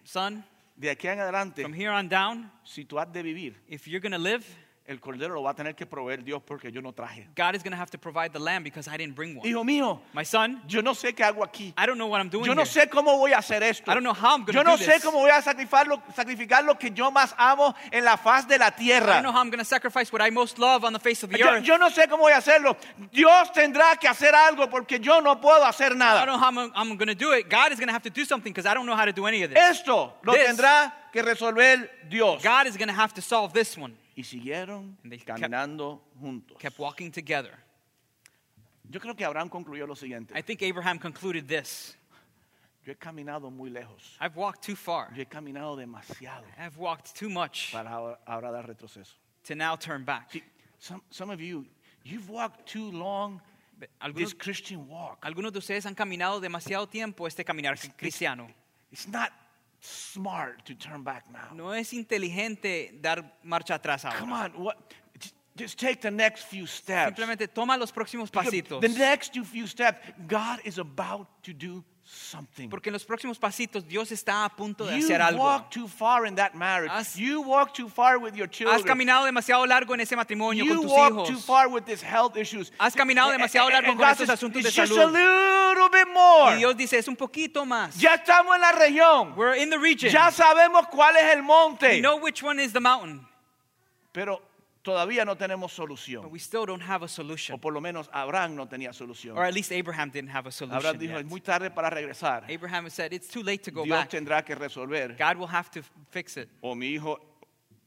Speaker 2: Son,
Speaker 1: de aquí en adelante,
Speaker 2: from here on down,
Speaker 1: si tú has de vivir,
Speaker 2: if you're going to live,
Speaker 1: el cordero lo va a tener que proveer Dios porque yo no traje.
Speaker 2: God is going to have to provide the lamb because I didn't bring one.
Speaker 1: Hijo mío,
Speaker 2: My son,
Speaker 1: yo no sé qué hago aquí.
Speaker 2: I don't know what I'm doing
Speaker 1: Yo no
Speaker 2: here.
Speaker 1: sé cómo voy a hacer esto.
Speaker 2: I don't know how I'm gonna
Speaker 1: yo no
Speaker 2: do
Speaker 1: sé
Speaker 2: this.
Speaker 1: cómo voy a sacrificar lo, sacrificar lo que yo más amo en la faz de la
Speaker 2: I
Speaker 1: tierra.
Speaker 2: don't know how I'm going to sacrifice what I most love on the face of the
Speaker 1: Yo,
Speaker 2: earth.
Speaker 1: yo no sé cómo voy a hacerlo. Dios tendrá que hacer algo porque yo no puedo hacer
Speaker 2: I
Speaker 1: nada.
Speaker 2: don't know how I'm, I'm going to do it. God is going to have to do something because I don't know how to do any of this.
Speaker 1: Esto lo
Speaker 2: This.
Speaker 1: tendrá que resolver Dios.
Speaker 2: God is going to have to solve this one.
Speaker 1: Y siguieron
Speaker 2: And they kept-
Speaker 1: caminando juntos.
Speaker 2: Kept walking together.
Speaker 1: Yo creo que Abraham concluyó lo siguiente.
Speaker 2: I think Abraham concluded this
Speaker 1: Yo he caminado muy lejos.
Speaker 2: I've walked too far.
Speaker 1: Yo he caminado demasiado
Speaker 2: I've walked too much
Speaker 1: para ahora, ahora dar retroceso.
Speaker 2: to now turn back.
Speaker 1: See, some, some of you, you've walked too long
Speaker 2: But
Speaker 1: this
Speaker 2: Algunos,
Speaker 1: Christian walk.
Speaker 2: algunos de ustedes han caminado demasiado tiempo este caminar cristiano.
Speaker 1: It's not smart to turn back now.
Speaker 2: No es inteligente dar marcha atrás
Speaker 1: Come
Speaker 2: ahora.
Speaker 1: on, what? Just, just take the next few steps.
Speaker 2: Simplemente toma los próximos
Speaker 1: Because
Speaker 2: pasitos.
Speaker 1: The next two few steps, God is about to do something.
Speaker 2: Porque en los próximos pasitos Dios está a punto de
Speaker 1: You
Speaker 2: hacer algo.
Speaker 1: walk too far in that marriage.
Speaker 2: Has-
Speaker 1: you walk too far with your
Speaker 2: Has
Speaker 1: children.
Speaker 2: caminado demasiado largo en ese matrimonio
Speaker 1: You
Speaker 2: con tus
Speaker 1: walk too
Speaker 2: hijos.
Speaker 1: far with these health issues. Eh,
Speaker 2: Has caminado
Speaker 1: And-
Speaker 2: demasiado
Speaker 1: and-
Speaker 2: largo
Speaker 1: and
Speaker 2: con
Speaker 1: God
Speaker 2: estos
Speaker 1: says,
Speaker 2: asuntos de
Speaker 1: "It's just
Speaker 2: salud."
Speaker 1: a little bit
Speaker 2: Y
Speaker 1: more.
Speaker 2: Dios dice, es un poquito más.
Speaker 1: Ya estamos en la región.
Speaker 2: We're in the region.
Speaker 1: Ya sabemos cuál es el monte.
Speaker 2: We know which one is the mountain,
Speaker 1: Pero todavía no tenemos
Speaker 2: but
Speaker 1: solución.
Speaker 2: we still don't have a
Speaker 1: O
Speaker 2: solution.
Speaker 1: por lo menos Abraham no tenía solución.
Speaker 2: Or at least Abraham didn't have a
Speaker 1: Abraham
Speaker 2: solution.
Speaker 1: dijo, es
Speaker 2: yet.
Speaker 1: muy tarde para regresar.
Speaker 2: Abraham said, it's too late to go
Speaker 1: Dios
Speaker 2: back.
Speaker 1: tendrá que resolver.
Speaker 2: God will have to f- fix it.
Speaker 1: O mi hijo,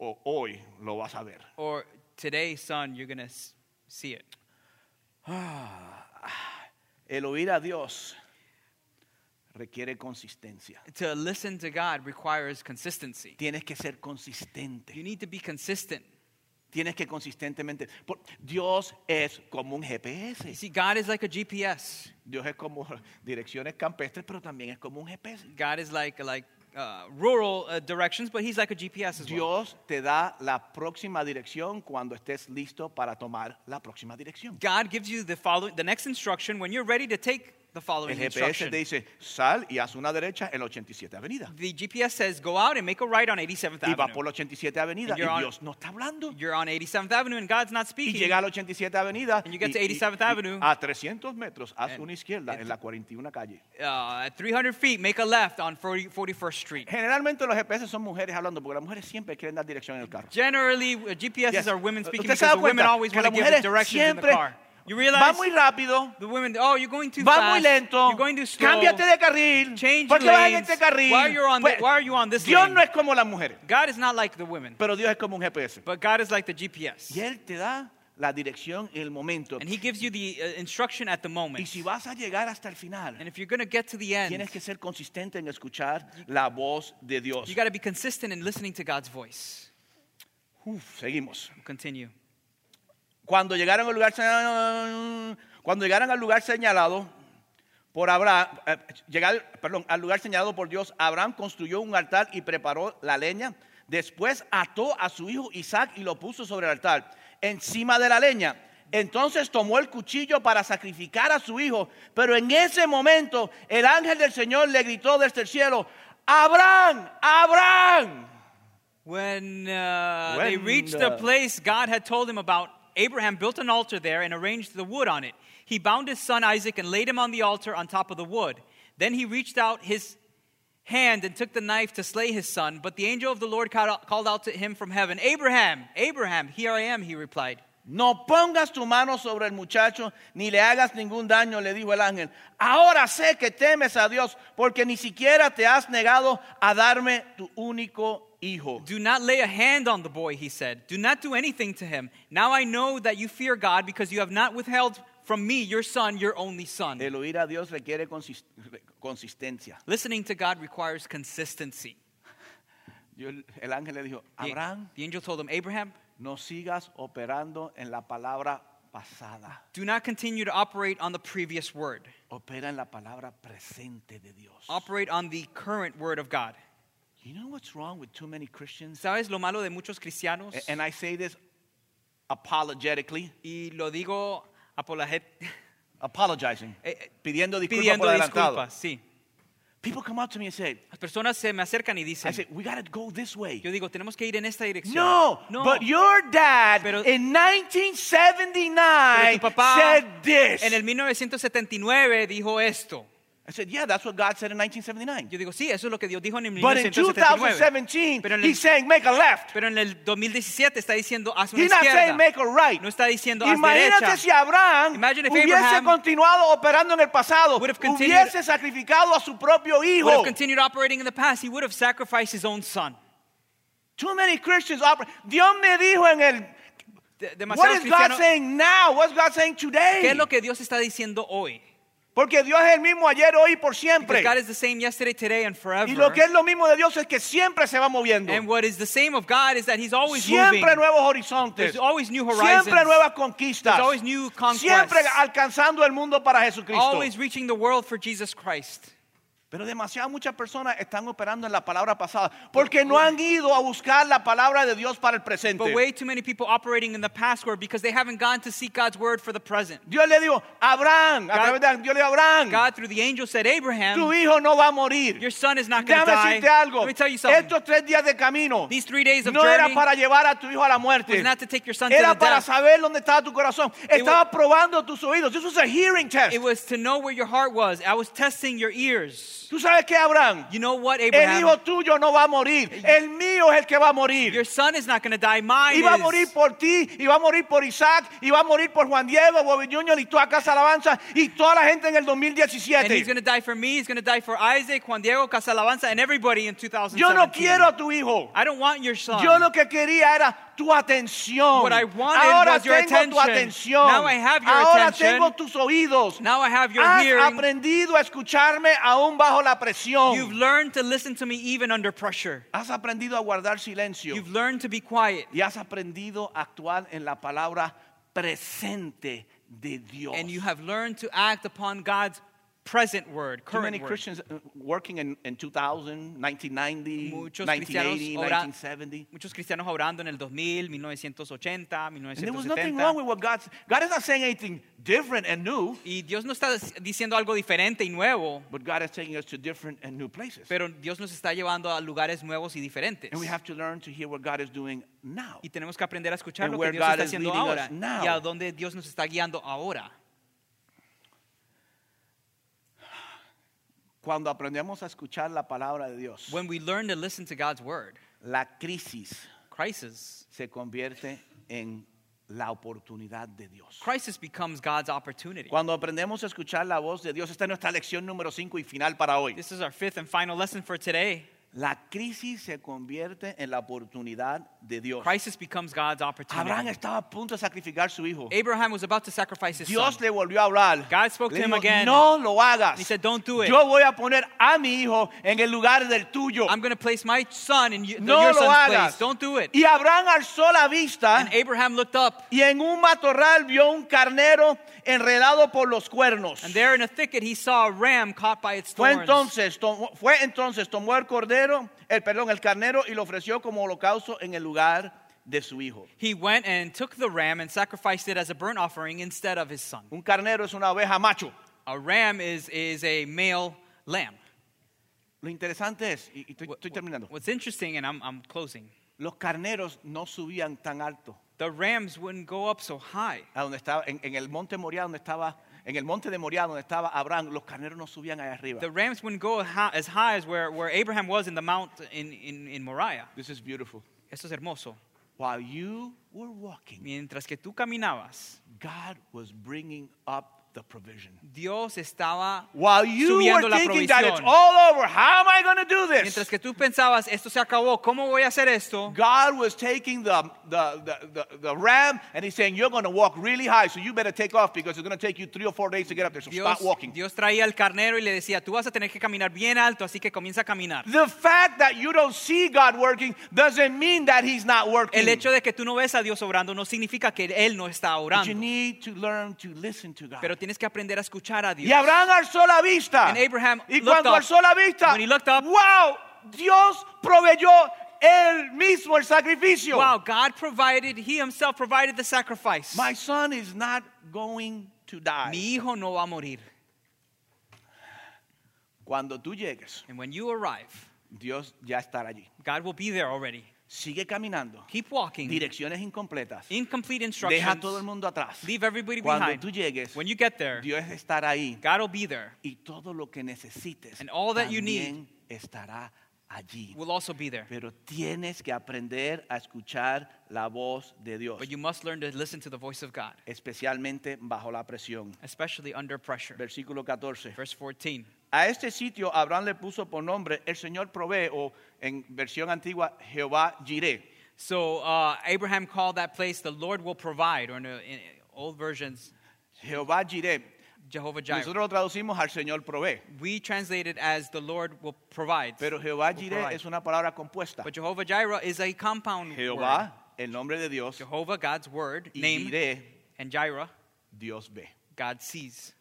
Speaker 1: o hoy lo vas a ver.
Speaker 2: Or today, son, you're going to see it.
Speaker 1: El oír a Dios requiere consistencia.
Speaker 2: To listen to God requires consistency.
Speaker 1: Tienes que ser consistente.
Speaker 2: You need to be consistent.
Speaker 1: Tienes que consistentemente. por- Dios es como un
Speaker 2: You
Speaker 1: GPS.
Speaker 2: see, God is like a GPS.
Speaker 1: Dios es como direcciones campestres, pero también es como un GPS.
Speaker 2: God is like like uh, rural uh, directions, but He's like a GPS as well.
Speaker 1: Dios te da la próxima dirección cuando estés listo para tomar la próxima dirección.
Speaker 2: God gives you the following, the next instruction when you're ready to take the
Speaker 1: El
Speaker 2: following
Speaker 1: GPS
Speaker 2: instruction.
Speaker 1: te dice, sal y haz una derecha en la 87 Avenida.
Speaker 2: The GPS says go out and make a right on 87th
Speaker 1: Y vas por
Speaker 2: Avenue.
Speaker 1: la 87 Avenida
Speaker 2: And
Speaker 1: y
Speaker 2: you're on-
Speaker 1: Dios no está hablando.
Speaker 2: You're on 87th Avenue and God's not
Speaker 1: Y
Speaker 2: speaking.
Speaker 1: llega a la 87 Avenida
Speaker 2: And you get
Speaker 1: y-
Speaker 2: to
Speaker 1: y-
Speaker 2: 87th
Speaker 1: y
Speaker 2: Avenue.
Speaker 1: a 300 metros haz
Speaker 2: And-
Speaker 1: una izquierda
Speaker 2: and-
Speaker 1: en la 41 calle.
Speaker 2: uh, at 300 feet, make a left on 40, 41st Street.
Speaker 1: Generalmente los GPS son mujeres hablando porque las mujeres siempre quieren dar dirección en el carro.
Speaker 2: Generally, uh, GPSs
Speaker 1: Yes.
Speaker 2: are women
Speaker 1: Usted se
Speaker 2: speaking because
Speaker 1: da
Speaker 2: the women
Speaker 1: cuenta
Speaker 2: always
Speaker 1: que
Speaker 2: want to
Speaker 1: las
Speaker 2: give the
Speaker 1: mujeres
Speaker 2: directions in the
Speaker 1: siempre
Speaker 2: car. You
Speaker 1: Va
Speaker 2: realize
Speaker 1: muy rápido,
Speaker 2: the women, oh, you're going too
Speaker 1: va muy
Speaker 2: fast.
Speaker 1: lento.
Speaker 2: You're going too slow.
Speaker 1: Cámbiate de carril.
Speaker 2: Change
Speaker 1: ¿Por qué
Speaker 2: your
Speaker 1: vas en
Speaker 2: lanes.
Speaker 1: este carril?
Speaker 2: Why you're on
Speaker 1: Pues,
Speaker 2: the- why are you on this
Speaker 1: Dios
Speaker 2: lane?
Speaker 1: no es como las mujeres,
Speaker 2: God is not like the women,
Speaker 1: pero Dios es como un GPS.
Speaker 2: but God is like the GPS.
Speaker 1: Y él te da la dirección en el momento.
Speaker 2: And He gives you the uh, instruction at the
Speaker 1: Y
Speaker 2: moment.
Speaker 1: si vas a llegar hasta el final,
Speaker 2: And if you're going to get to the end,
Speaker 1: Tienes que ser consistente en escuchar la voz de Dios.
Speaker 2: you got to be consistent in listening to God's voice.
Speaker 1: Uf, seguimos.
Speaker 2: We'll continue.
Speaker 1: Cuando llegaron al lugar señalado, cuando llegaron al lugar señalado por Abraham, eh, llegar, perdón, al lugar señalado por Dios, Abraham construyó un altar y preparó la leña. Después ató a su hijo Isaac y lo puso sobre el altar, encima de la leña. Entonces tomó el cuchillo para sacrificar a su hijo, pero en ese momento el ángel del Señor le gritó desde el cielo, Abraham, Abraham.
Speaker 2: When, uh, they
Speaker 1: When
Speaker 2: reached the
Speaker 1: the-
Speaker 2: place God had told him about, Abraham built an altar there and arranged the wood on it. He bound his son Isaac and laid him on the altar on top of the wood. Then he reached out his hand and took the knife to slay his son. But the angel of the Lord called out- called out to him from heaven, Abraham, Abraham, here I am, he replied.
Speaker 1: No pongas tu mano sobre el muchacho ni le hagas ningún daño, le dijo el ángel. Ahora sé que temes a Dios porque ni siquiera te has negado a darme tu único hijo.
Speaker 2: Do not lay a hand on the boy, he said. Do not do anything to him. Now I know that you fear God because you have not withheld from me your son, your only son.
Speaker 1: El oír a Dios requiere consis- consistencia.
Speaker 2: Listening to God requires consistency.
Speaker 1: Dios- el ángel le dijo,
Speaker 2: The-
Speaker 1: Abraham,
Speaker 2: the angel told him, Abraham,
Speaker 1: no sigas operando en la palabra pasada.
Speaker 2: do not continue to operate on the previous word.
Speaker 1: Opera en la palabra presente de Dios.
Speaker 2: Operate on the current word of God.
Speaker 1: You know what's wrong with too many Christians?
Speaker 2: ¿Sabes lo malo de muchos cristianos?
Speaker 1: A- And I say this apologetically,
Speaker 2: y lo digo apologet-
Speaker 1: apologizing,
Speaker 2: eh, eh,
Speaker 1: pidiendo disculpas por
Speaker 2: pidiendo
Speaker 1: adelantado.
Speaker 2: disculpas. Sí.
Speaker 1: People come up to me and say,
Speaker 2: Las personas se me acercan y
Speaker 1: I
Speaker 2: dicen,
Speaker 1: say, we got to go this way.
Speaker 2: yo digo, tenemos que ir en esta dirección.
Speaker 1: No, but your dad
Speaker 2: Pero-
Speaker 1: in
Speaker 2: Pero
Speaker 1: 1979
Speaker 2: tu papá
Speaker 1: said this.
Speaker 2: En el 1979 dijo esto.
Speaker 1: I said, yeah, that's what God said in 1979.
Speaker 2: Yo digo, sí, eso es lo que Dios dijo en el
Speaker 1: But in
Speaker 2: 1979.
Speaker 1: 2017,
Speaker 2: Pero en el-
Speaker 1: he's saying make a left.
Speaker 2: Pero en el 2017 está diciendo, haz una
Speaker 1: He's not saying
Speaker 2: izquierda.
Speaker 1: make a right.
Speaker 2: No está diciendo, haz
Speaker 1: Imagínate
Speaker 2: derecha.
Speaker 1: si Abraham
Speaker 2: Imagine if
Speaker 1: hubiese
Speaker 2: Abraham
Speaker 1: continuado operando en el pasado,
Speaker 2: would have continued-
Speaker 1: hubiese sacrificado a su propio
Speaker 2: would have
Speaker 1: hijo.
Speaker 2: continued operating in the past, he would have sacrificed his own son.
Speaker 1: Too many Christians operate. Dios me dijo en el.
Speaker 2: De-
Speaker 1: What is
Speaker 2: demasiados
Speaker 1: God
Speaker 2: cristianos-
Speaker 1: saying now? What's God saying
Speaker 2: ¿Qué es
Speaker 1: today?
Speaker 2: lo que Dios está diciendo hoy?
Speaker 1: Porque Dios es el mismo ayer, hoy y por
Speaker 2: Because
Speaker 1: siempre.
Speaker 2: God is the same yesterday, today, and forever.
Speaker 1: Y lo que es lo mismo de Dios es que siempre se va moviendo.
Speaker 2: and what is the same of God is that He's always
Speaker 1: Siempre
Speaker 2: moving.
Speaker 1: nuevos horizontes.
Speaker 2: There's always new
Speaker 1: Siempre
Speaker 2: horizons.
Speaker 1: nuevas conquistas.
Speaker 2: There's always new conquests.
Speaker 1: Siempre alcanzando el mundo para Jesucristo.
Speaker 2: Always reaching the world for Jesus Christ.
Speaker 1: Pero demasiadas muchas personas están operando en la palabra pasada porque no han ido a buscar la palabra de Dios para el
Speaker 2: But
Speaker 1: presente.
Speaker 2: way too many people operating in the past word because they haven't gone to seek God's word for the present.
Speaker 1: Dios le dijo, Abraham, a
Speaker 2: God-
Speaker 1: través de- Dios le dijo, Abraham,
Speaker 2: God, through the angel, said,
Speaker 1: tu
Speaker 2: Abraham,
Speaker 1: hijo no va a morir.
Speaker 2: your son is not going to
Speaker 1: Déjame
Speaker 2: die.
Speaker 1: decirte algo.
Speaker 2: Let me tell you something.
Speaker 1: Estos tres días de camino
Speaker 2: These three days of
Speaker 1: no era
Speaker 2: journey
Speaker 1: para llevar a tu hijo a la
Speaker 2: was
Speaker 1: muerte.
Speaker 2: not to take your son to the
Speaker 1: Era para
Speaker 2: death.
Speaker 1: saber dónde estaba tu corazón. Estaba probando tus oídos. This was a hearing test.
Speaker 2: It was to know where your heart was. I was testing your ears.
Speaker 1: ¿Tú sabes qué, Abraham?
Speaker 2: You know what,
Speaker 1: El hijo
Speaker 2: Abraham?
Speaker 1: tuyo no va a morir. El mío es el que va a
Speaker 2: Your
Speaker 1: morir.
Speaker 2: son is not going to die. Mine
Speaker 1: Y va a morir
Speaker 2: is.
Speaker 1: por ti, y va a morir por Isaac, y va a morir por Juan Diego, Bobby Jr., y toda Casa Alabanza, y toda la gente en el
Speaker 2: And he's going
Speaker 1: 2017.
Speaker 2: to die for me. He's going to die for Isaac, Juan Diego, Casalabanza, and everybody in 2017.
Speaker 1: Yo no quiero a tu hijo.
Speaker 2: I don't want your son.
Speaker 1: Yo lo que quería era tu atención.
Speaker 2: What I wanted
Speaker 1: Ahora
Speaker 2: was your
Speaker 1: tengo tu
Speaker 2: attention.
Speaker 1: atención.
Speaker 2: Now I have your
Speaker 1: Ahora
Speaker 2: attention.
Speaker 1: tengo tus oídos.
Speaker 2: Now I have your
Speaker 1: Has
Speaker 2: hearing.
Speaker 1: aprendido a escucharme aún bajo la
Speaker 2: You've
Speaker 1: presión.
Speaker 2: learned to listen to me even under pressure.
Speaker 1: Has aprendido a guardar silencio.
Speaker 2: You've learned to be quiet.
Speaker 1: Y has aprendido a actuar en la palabra presente de Dios.
Speaker 2: And you have learned to act upon God's present word,
Speaker 1: Too many
Speaker 2: current word.
Speaker 1: Christians uh, working in, in 2000, 1990,
Speaker 2: Muchos
Speaker 1: 1980,
Speaker 2: cristianos ora-
Speaker 1: 1970.
Speaker 2: Muchos cristianos orando en el 2000, 1980,
Speaker 1: And there was nothing wrong
Speaker 2: 1970.
Speaker 1: with what God said. God is not saying anything different and new,
Speaker 2: Y Dios no está diciendo algo diferente y nuevo,
Speaker 1: but God is taking us to different and new places.
Speaker 2: pero Dios nos está llevando a lugares nuevos y diferentes.
Speaker 1: And we have to learn to hear what God is doing now.
Speaker 2: Y tenemos que aprender a escuchar
Speaker 1: And
Speaker 2: lo
Speaker 1: where
Speaker 2: que Dios
Speaker 1: God
Speaker 2: está
Speaker 1: is
Speaker 2: haciendo
Speaker 1: leading
Speaker 2: ahora
Speaker 1: us now.
Speaker 2: y a dónde Dios nos está guiando ahora.
Speaker 1: Cuando aprendemos a escuchar la palabra de Dios,
Speaker 2: When we learn to listen to God's word,
Speaker 1: la crisis
Speaker 2: crisis,
Speaker 1: se convierte en la oportunidad de Dios.
Speaker 2: crisis becomes God's opportunity.
Speaker 1: Cuando aprendemos a escuchar la voz de Dios, esta es nuestra lección número 5 y final para hoy.
Speaker 2: This is our fifth and final lesson for today.
Speaker 1: La crisis se convierte en la oportunidad de Dios.
Speaker 2: Crisis becomes God's
Speaker 1: Abraham
Speaker 2: opportunity.
Speaker 1: estaba a punto de sacrificar su hijo.
Speaker 2: Abraham was about to sacrifice his son.
Speaker 1: Dios le volvió a hablar.
Speaker 2: God spoke
Speaker 1: Le
Speaker 2: to him
Speaker 1: dijo,
Speaker 2: again.
Speaker 1: No lo hagas.
Speaker 2: He said, "Don't do it."
Speaker 1: Yo voy a poner a mi hijo en el lugar del tuyo.
Speaker 2: I'm going to place my son in you,
Speaker 1: No
Speaker 2: your
Speaker 1: lo
Speaker 2: son's
Speaker 1: hagas.
Speaker 2: place. Don't do it.
Speaker 1: Y Abraham alzó la vista
Speaker 2: And Abraham looked up,
Speaker 1: y en un matorral vio un carnero enredado por los cuernos.
Speaker 2: and there in a thicket he saw a ram caught by its
Speaker 1: Fue
Speaker 2: thorns.
Speaker 1: entonces, tomó, fue entonces, tomó el cordero, el perdón, el carnero y lo ofreció como holocausto en el lugar de su hijo.
Speaker 2: He went and took the ram and sacrificed it as a burnt offering instead of his son.
Speaker 1: Un carnero es una oveja macho.
Speaker 2: A ram is, is a male lamb.
Speaker 1: Lo interesante es, y, y estoy,
Speaker 2: What-
Speaker 1: estoy terminando,
Speaker 2: What's interesting, and I'm, I'm closing,
Speaker 1: los carneros no subían tan alto.
Speaker 2: the rams wouldn't go up so high.
Speaker 1: a donde estaba, en, en el monte Moriah, donde estaba, en el monte de Moriah, donde estaba Abraham, los carneros no subían allá arriba.
Speaker 2: The rams wouldn't go ho- as high as where, where Abraham was in the mount in, in, in Moriah.
Speaker 1: This is beautiful.
Speaker 2: Esto es hermoso.
Speaker 1: While you were walking,
Speaker 2: Mientras que tú caminabas,
Speaker 1: God was bringing up the provision.
Speaker 2: Dios estaba
Speaker 1: While you
Speaker 2: subiendo
Speaker 1: were
Speaker 2: la
Speaker 1: thinking that it's
Speaker 2: provisión.
Speaker 1: all over, how am I going to do
Speaker 2: Mientras
Speaker 1: this?
Speaker 2: que tú pensabas, esto se acabó, ¿cómo voy a hacer esto?
Speaker 1: God was taking the, the, the, the, the ram and he's saying, You're going to walk really high, so you better take off because it's going to take you three or four days to get up there. So
Speaker 2: Dios,
Speaker 1: stop walking.
Speaker 2: Dios traía al carnero y le decía, tú vas a tener que caminar bien alto, así que comienza a caminar.
Speaker 1: The fact that you don't see God working doesn't mean that he's not working.
Speaker 2: El hecho de que tú no ves a Dios obrando no significa que Él no está
Speaker 1: Mm. But you
Speaker 2: orando,
Speaker 1: need to learn to listen to God.
Speaker 2: pero tienes que aprender a escuchar a
Speaker 1: Y
Speaker 2: Dios.
Speaker 1: Abraham alzó la vista.
Speaker 2: And Abraham
Speaker 1: y
Speaker 2: looked
Speaker 1: cuando
Speaker 2: up.
Speaker 1: alzó la vista,
Speaker 2: When he looked up-
Speaker 1: wow, Dios proveyó él mismo el sacrificio.
Speaker 2: Wow, God provided, He Himself provided the sacrifice.
Speaker 1: My son is not going to die.
Speaker 2: Mi hijo no va a morir.
Speaker 1: Cuando tú llegues,
Speaker 2: And when you arrive,
Speaker 1: Dios ya estará allí.
Speaker 2: God will be there already.
Speaker 1: Sigue caminando.
Speaker 2: Keep walking.
Speaker 1: Direcciones incompletas.
Speaker 2: Incomplete
Speaker 1: Deja a todo el
Speaker 2: instructions.
Speaker 1: mundo atrás.
Speaker 2: Leave everybody
Speaker 1: Cuando
Speaker 2: behind.
Speaker 1: tú llegues,
Speaker 2: When you get there,
Speaker 1: Dios estará ahí.
Speaker 2: God will be there.
Speaker 1: Y todo lo que necesites
Speaker 2: And all that you
Speaker 1: también estará allí.
Speaker 2: Will also be there.
Speaker 1: Pero tienes que aprender a escuchar la voz de Dios,
Speaker 2: But you must learn to listen to the voice of God,
Speaker 1: especialmente bajo la presión.
Speaker 2: especially under pressure.
Speaker 1: Versículo 14.
Speaker 2: Verse 14.
Speaker 1: A este sitio Abraham le puso por nombre El Señor provee o en versión antigua Jehová Jireh.
Speaker 2: So uh, Abraham called that place, the Lord will provide, or in, uh, in old versions,
Speaker 1: Jehová Jireh.
Speaker 2: Jehovah Jireh.
Speaker 1: Nosotros lo traducimos al Señor provee,
Speaker 2: We translate it as the Lord will provide.
Speaker 1: pero Jehová
Speaker 2: Will
Speaker 1: Jireh
Speaker 2: provide.
Speaker 1: es una palabra compuesta.
Speaker 2: But Jehovah Jireh is a compound word.
Speaker 1: Jehová, el nombre de Dios,
Speaker 2: Jehovah, God's word,
Speaker 1: y
Speaker 2: name,
Speaker 1: Jireh,
Speaker 2: and Jireh,
Speaker 1: Dios ve.
Speaker 2: God sees.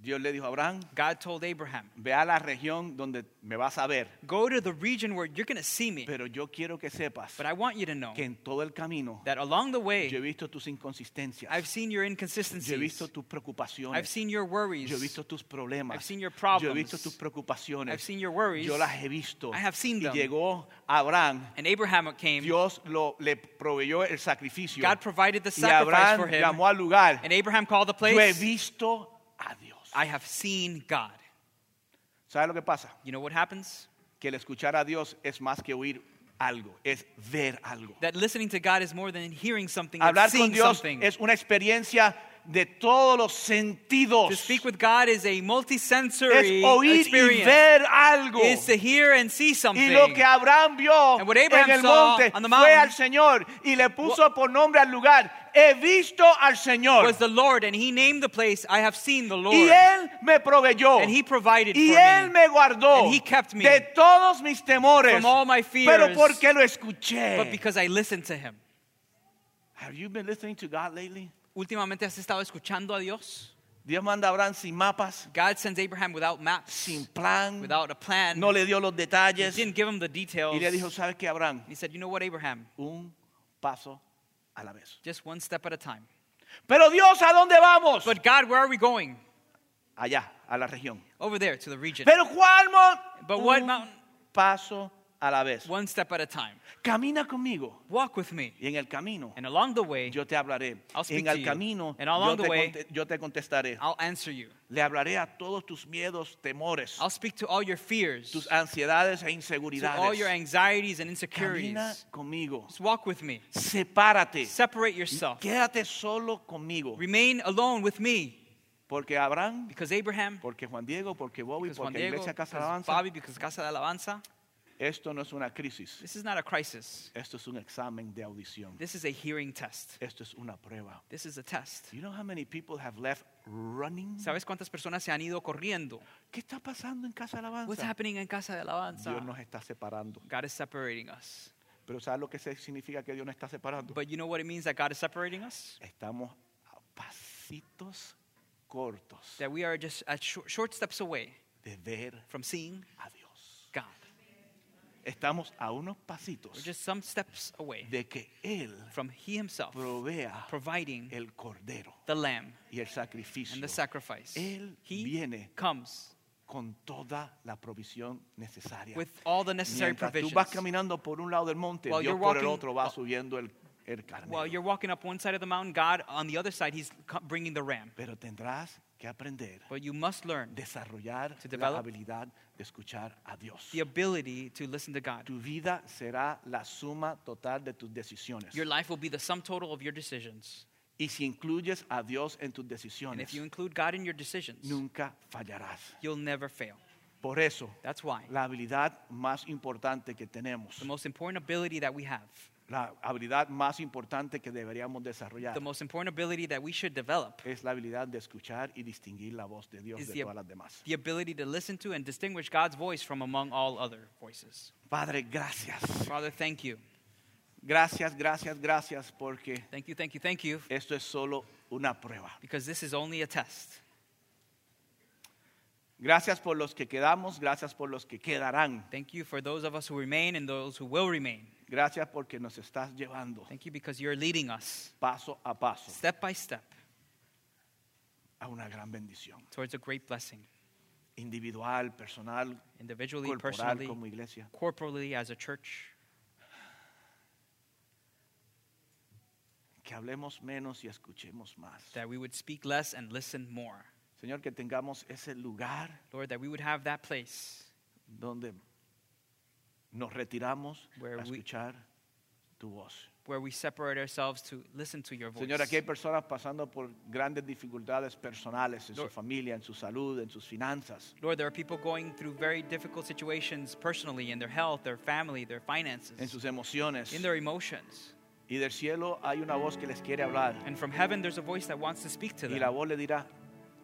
Speaker 1: Dios le dijo a Abraham,
Speaker 2: God told Abraham,
Speaker 1: ve a la región donde me vas a ver,
Speaker 2: Go to the region where you're going to see me.
Speaker 1: pero yo quiero que sepas
Speaker 2: But I want you to know
Speaker 1: que en todo el camino
Speaker 2: that along the
Speaker 1: Yo he
Speaker 2: way,
Speaker 1: visto tus inconsistencias.
Speaker 2: I've seen your
Speaker 1: Yo he
Speaker 2: inconsistencies.
Speaker 1: visto tus preocupaciones.
Speaker 2: I've seen your
Speaker 1: Yo he
Speaker 2: worries.
Speaker 1: visto tus problemas.
Speaker 2: I've seen your
Speaker 1: Yo he
Speaker 2: problems.
Speaker 1: visto tus preocupaciones.
Speaker 2: I've seen your worries.
Speaker 1: Yo las he visto.
Speaker 2: I have seen
Speaker 1: y
Speaker 2: them.
Speaker 1: llegó Abraham.
Speaker 2: And Abraham came.
Speaker 1: Dios lo, le proveyó el sacrificio.
Speaker 2: God provided the
Speaker 1: y
Speaker 2: sacrifice
Speaker 1: Abraham
Speaker 2: for him.
Speaker 1: llamó al lugar.
Speaker 2: And Abraham called the
Speaker 1: Yo he
Speaker 2: place.
Speaker 1: visto a Dios.
Speaker 2: I have seen God.
Speaker 1: ¿Sabe lo que pasa?
Speaker 2: You know what happens?
Speaker 1: Que el escuchar a Dios es más que oír algo, es ver algo.
Speaker 2: That listening to God is more than hearing something,
Speaker 1: Hablar
Speaker 2: it's seeing
Speaker 1: con Dios
Speaker 2: something.
Speaker 1: es una experiencia de todos los sentidos.
Speaker 2: to speak with God is a multisensory
Speaker 1: es oír y
Speaker 2: experience.
Speaker 1: ver algo.
Speaker 2: It's to hear and see something.
Speaker 1: Y lo que Abraham vio
Speaker 2: And what Abraham
Speaker 1: en el
Speaker 2: saw
Speaker 1: monte
Speaker 2: on the
Speaker 1: fue
Speaker 2: mountain
Speaker 1: al Señor y le puso por nombre al lugar. He visto al Señor
Speaker 2: was the Lord, and He named the place. I have seen the Lord,
Speaker 1: y él me proveyó
Speaker 2: and He provided
Speaker 1: y
Speaker 2: for
Speaker 1: él
Speaker 2: me
Speaker 1: me guardó
Speaker 2: And he kept me
Speaker 1: de todos mis temores.
Speaker 2: from all my
Speaker 1: Pero
Speaker 2: fears.
Speaker 1: porque lo
Speaker 2: but
Speaker 1: escuché.
Speaker 2: because I listened to Him.
Speaker 1: Have you been listening to God lately?
Speaker 2: Últimamente has estado escuchando a Dios.
Speaker 1: Dios manda a Abraham sin mapas,
Speaker 2: God sends Abraham without maps,
Speaker 1: sin plan.
Speaker 2: without a plan.
Speaker 1: No le dio los
Speaker 2: he
Speaker 1: detalles
Speaker 2: didn't give him the details.
Speaker 1: y le dijo, ¿sabes qué, Abraham?
Speaker 2: he said, "You know what, Abraham?
Speaker 1: Un paso a la vez.
Speaker 2: Just one step at a time."
Speaker 1: Pero Dios, ¿a dónde vamos?
Speaker 2: But God, where are we going?
Speaker 1: Allá, a la región.
Speaker 2: Over there to the region.
Speaker 1: Pero cuál mon-
Speaker 2: But what
Speaker 1: un
Speaker 2: mountain?
Speaker 1: paso a la vez.
Speaker 2: One step at a time.
Speaker 1: Camina conmigo
Speaker 2: Walk with me,
Speaker 1: y en el camino
Speaker 2: and along the way,
Speaker 1: yo te hablaré.
Speaker 2: I'll speak
Speaker 1: En
Speaker 2: to
Speaker 1: el
Speaker 2: you.
Speaker 1: camino
Speaker 2: And
Speaker 1: yo
Speaker 2: along the
Speaker 1: te,
Speaker 2: way-
Speaker 1: conte- yo te contestaré.
Speaker 2: I'll answer you.
Speaker 1: Le hablaré a todos tus miedos, temores,
Speaker 2: I'll speak to all your fears,
Speaker 1: tus ansiedades e
Speaker 2: to all
Speaker 1: inseguridades.
Speaker 2: your anxieties and
Speaker 1: Camina
Speaker 2: insecurities.
Speaker 1: conmigo.
Speaker 2: Just walk with me.
Speaker 1: Sepárate.
Speaker 2: Separate yourself.
Speaker 1: Quédate solo conmigo.
Speaker 2: Remain alone with me,
Speaker 1: Porque Abraham,
Speaker 2: because Abraham,
Speaker 1: porque Juan Diego, porque Bobby,
Speaker 2: because Juan
Speaker 1: porque
Speaker 2: Diego,
Speaker 1: Iglesia Casa
Speaker 2: because
Speaker 1: Alabanza,
Speaker 2: Bobby, because Casa de Alabanza.
Speaker 1: esto no es una crisis.
Speaker 2: This is not a crisis.
Speaker 1: Esto es un examen de audición.
Speaker 2: This is a hearing test.
Speaker 1: Esto es una prueba.
Speaker 2: This is a test.
Speaker 1: You know how many people have left running?
Speaker 2: ¿Sabes cuántas personas se han ido corriendo?
Speaker 1: ¿Qué está pasando en Casa
Speaker 2: What's
Speaker 1: Alabanza?
Speaker 2: happening in Casa de
Speaker 1: Dios
Speaker 2: Alabanza?
Speaker 1: nos está separando.
Speaker 2: God is separating us.
Speaker 1: Pero ¿sabes lo que se- significa que Dios nos está separando?
Speaker 2: But you know what it means that God is separating us?
Speaker 1: Estamos a pasitos cortos
Speaker 2: That we are just at short, short steps away
Speaker 1: de ver
Speaker 2: from seeing
Speaker 1: a Dios.
Speaker 2: God.
Speaker 1: Estamos a unos
Speaker 2: We're
Speaker 1: pasitos
Speaker 2: just some steps away
Speaker 1: de que Él
Speaker 2: from He Himself
Speaker 1: provea
Speaker 2: providing
Speaker 1: el cordero
Speaker 2: the lamb
Speaker 1: y el sacrificio.
Speaker 2: and the sacrifice.
Speaker 1: Él
Speaker 2: He
Speaker 1: viene
Speaker 2: comes
Speaker 1: con toda la provisión necesaria.
Speaker 2: with all the necessary
Speaker 1: Mientras tú vas
Speaker 2: provisions.
Speaker 1: caminando por un lado del monte,
Speaker 2: While
Speaker 1: Dios
Speaker 2: you're
Speaker 1: por el
Speaker 2: walking-
Speaker 1: otro va subiendo el el carnero.
Speaker 2: Well, you're walking up one side of the mountain, God on the other side, He's co- bringing the ram.
Speaker 1: Pero tendrás que aprender,
Speaker 2: But you must learn
Speaker 1: desarrollar la
Speaker 2: To develop.
Speaker 1: habilidad de escuchar a Dios.
Speaker 2: the ability to listen to God.
Speaker 1: Tu vida será la suma total de tus decisiones.
Speaker 2: Your life will be the sum total of your decisions.
Speaker 1: Y si incluyes a Dios en tus
Speaker 2: And if
Speaker 1: decisiones,
Speaker 2: you include God in your decisions,
Speaker 1: nunca fallarás.
Speaker 2: you'll never fail.
Speaker 1: Por eso,
Speaker 2: That's why.
Speaker 1: la habilidad más importante que tenemos,
Speaker 2: The most important ability that we have,
Speaker 1: la habilidad más importante que deberíamos desarrollar,
Speaker 2: the most important ability that we should develop,
Speaker 1: es la habilidad de escuchar y distinguir la voz de Dios
Speaker 2: Is
Speaker 1: de
Speaker 2: the-
Speaker 1: todas las demás.
Speaker 2: the ability to listen to and distinguish God's voice from among all other voices.
Speaker 1: Padre, gracias.
Speaker 2: Father, thank you.
Speaker 1: Gracias, gracias, gracias, porque
Speaker 2: Thank you, thank you, thank you,
Speaker 1: esto es solo una prueba.
Speaker 2: because this is only a test.
Speaker 1: Gracias por los que quedamos, gracias por los que quedarán,
Speaker 2: Thank you for those of us who remain and those who will remain.
Speaker 1: gracias porque nos estás llevando
Speaker 2: Thank you because you're leading us
Speaker 1: paso a paso
Speaker 2: step by step
Speaker 1: a una gran bendición,
Speaker 2: towards a great blessing,
Speaker 1: individual, personal,
Speaker 2: individually,
Speaker 1: corporal,
Speaker 2: personally,
Speaker 1: como iglesia.
Speaker 2: corporally, as a church.
Speaker 1: Que hablemos menos y escuchemos más.
Speaker 2: that we would speak less and listen more.
Speaker 1: Señor, que tengamos ese lugar
Speaker 2: Lord, that we would have that place
Speaker 1: donde nos retiramos
Speaker 2: Where
Speaker 1: a
Speaker 2: we-
Speaker 1: escuchar tu voz.
Speaker 2: where we separate ourselves to listen to your voice.
Speaker 1: Señor, aquí hay personas pasando por grandes dificultades personales en su
Speaker 2: Lord.
Speaker 1: familia, en su salud, en sus finanzas.
Speaker 2: Lord, there are people going through very difficult situations personally in their health, their family, their finances,
Speaker 1: en sus emociones.
Speaker 2: in their emotions.
Speaker 1: Y del cielo hay una voz que les quiere hablar.
Speaker 2: And from heaven, there's a voice that wants to speak to
Speaker 1: Y
Speaker 2: them.
Speaker 1: la voz le dirá,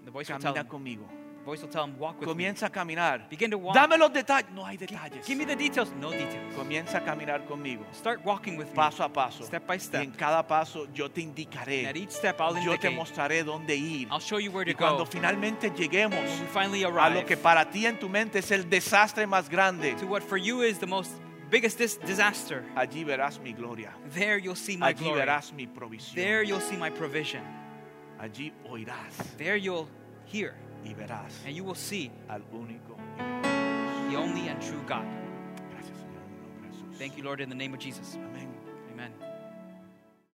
Speaker 2: the voice will, tell
Speaker 1: camina
Speaker 2: them,
Speaker 1: conmigo.
Speaker 2: the voice will tell them, walk with
Speaker 1: Comienza a caminar.
Speaker 2: me. Begin to walk.
Speaker 1: Dame los detalles. No hay detalles.
Speaker 2: Give me the details. No details.
Speaker 1: Comienza a caminar conmigo.
Speaker 2: Start walking with me.
Speaker 1: Paso a paso.
Speaker 2: Step by step.
Speaker 1: Y en cada paso yo te
Speaker 2: And at
Speaker 1: indicaré.
Speaker 2: each step, I'll
Speaker 1: Yo te
Speaker 2: indicate.
Speaker 1: mostraré dónde ir.
Speaker 2: I'll show you where to
Speaker 1: Y cuando
Speaker 2: go.
Speaker 1: finalmente lleguemos
Speaker 2: When we finally
Speaker 1: a
Speaker 2: arrive
Speaker 1: lo que para ti en tu mente es el desastre más grande,
Speaker 2: to what for you is the most biggest dis- disaster.
Speaker 1: allí verás mi gloria.
Speaker 2: There you'll see my
Speaker 1: Allí
Speaker 2: glory.
Speaker 1: verás mi
Speaker 2: There
Speaker 1: provisión.
Speaker 2: you'll see my provision.
Speaker 1: Allí oirás
Speaker 2: There you'll hear
Speaker 1: y verás
Speaker 2: and you will see
Speaker 1: al único.
Speaker 2: the only and true God.
Speaker 1: Gracias, Señor, en el nombre de Jesús.
Speaker 2: Thank you, Lord, in the name of Jesus.
Speaker 1: Amén.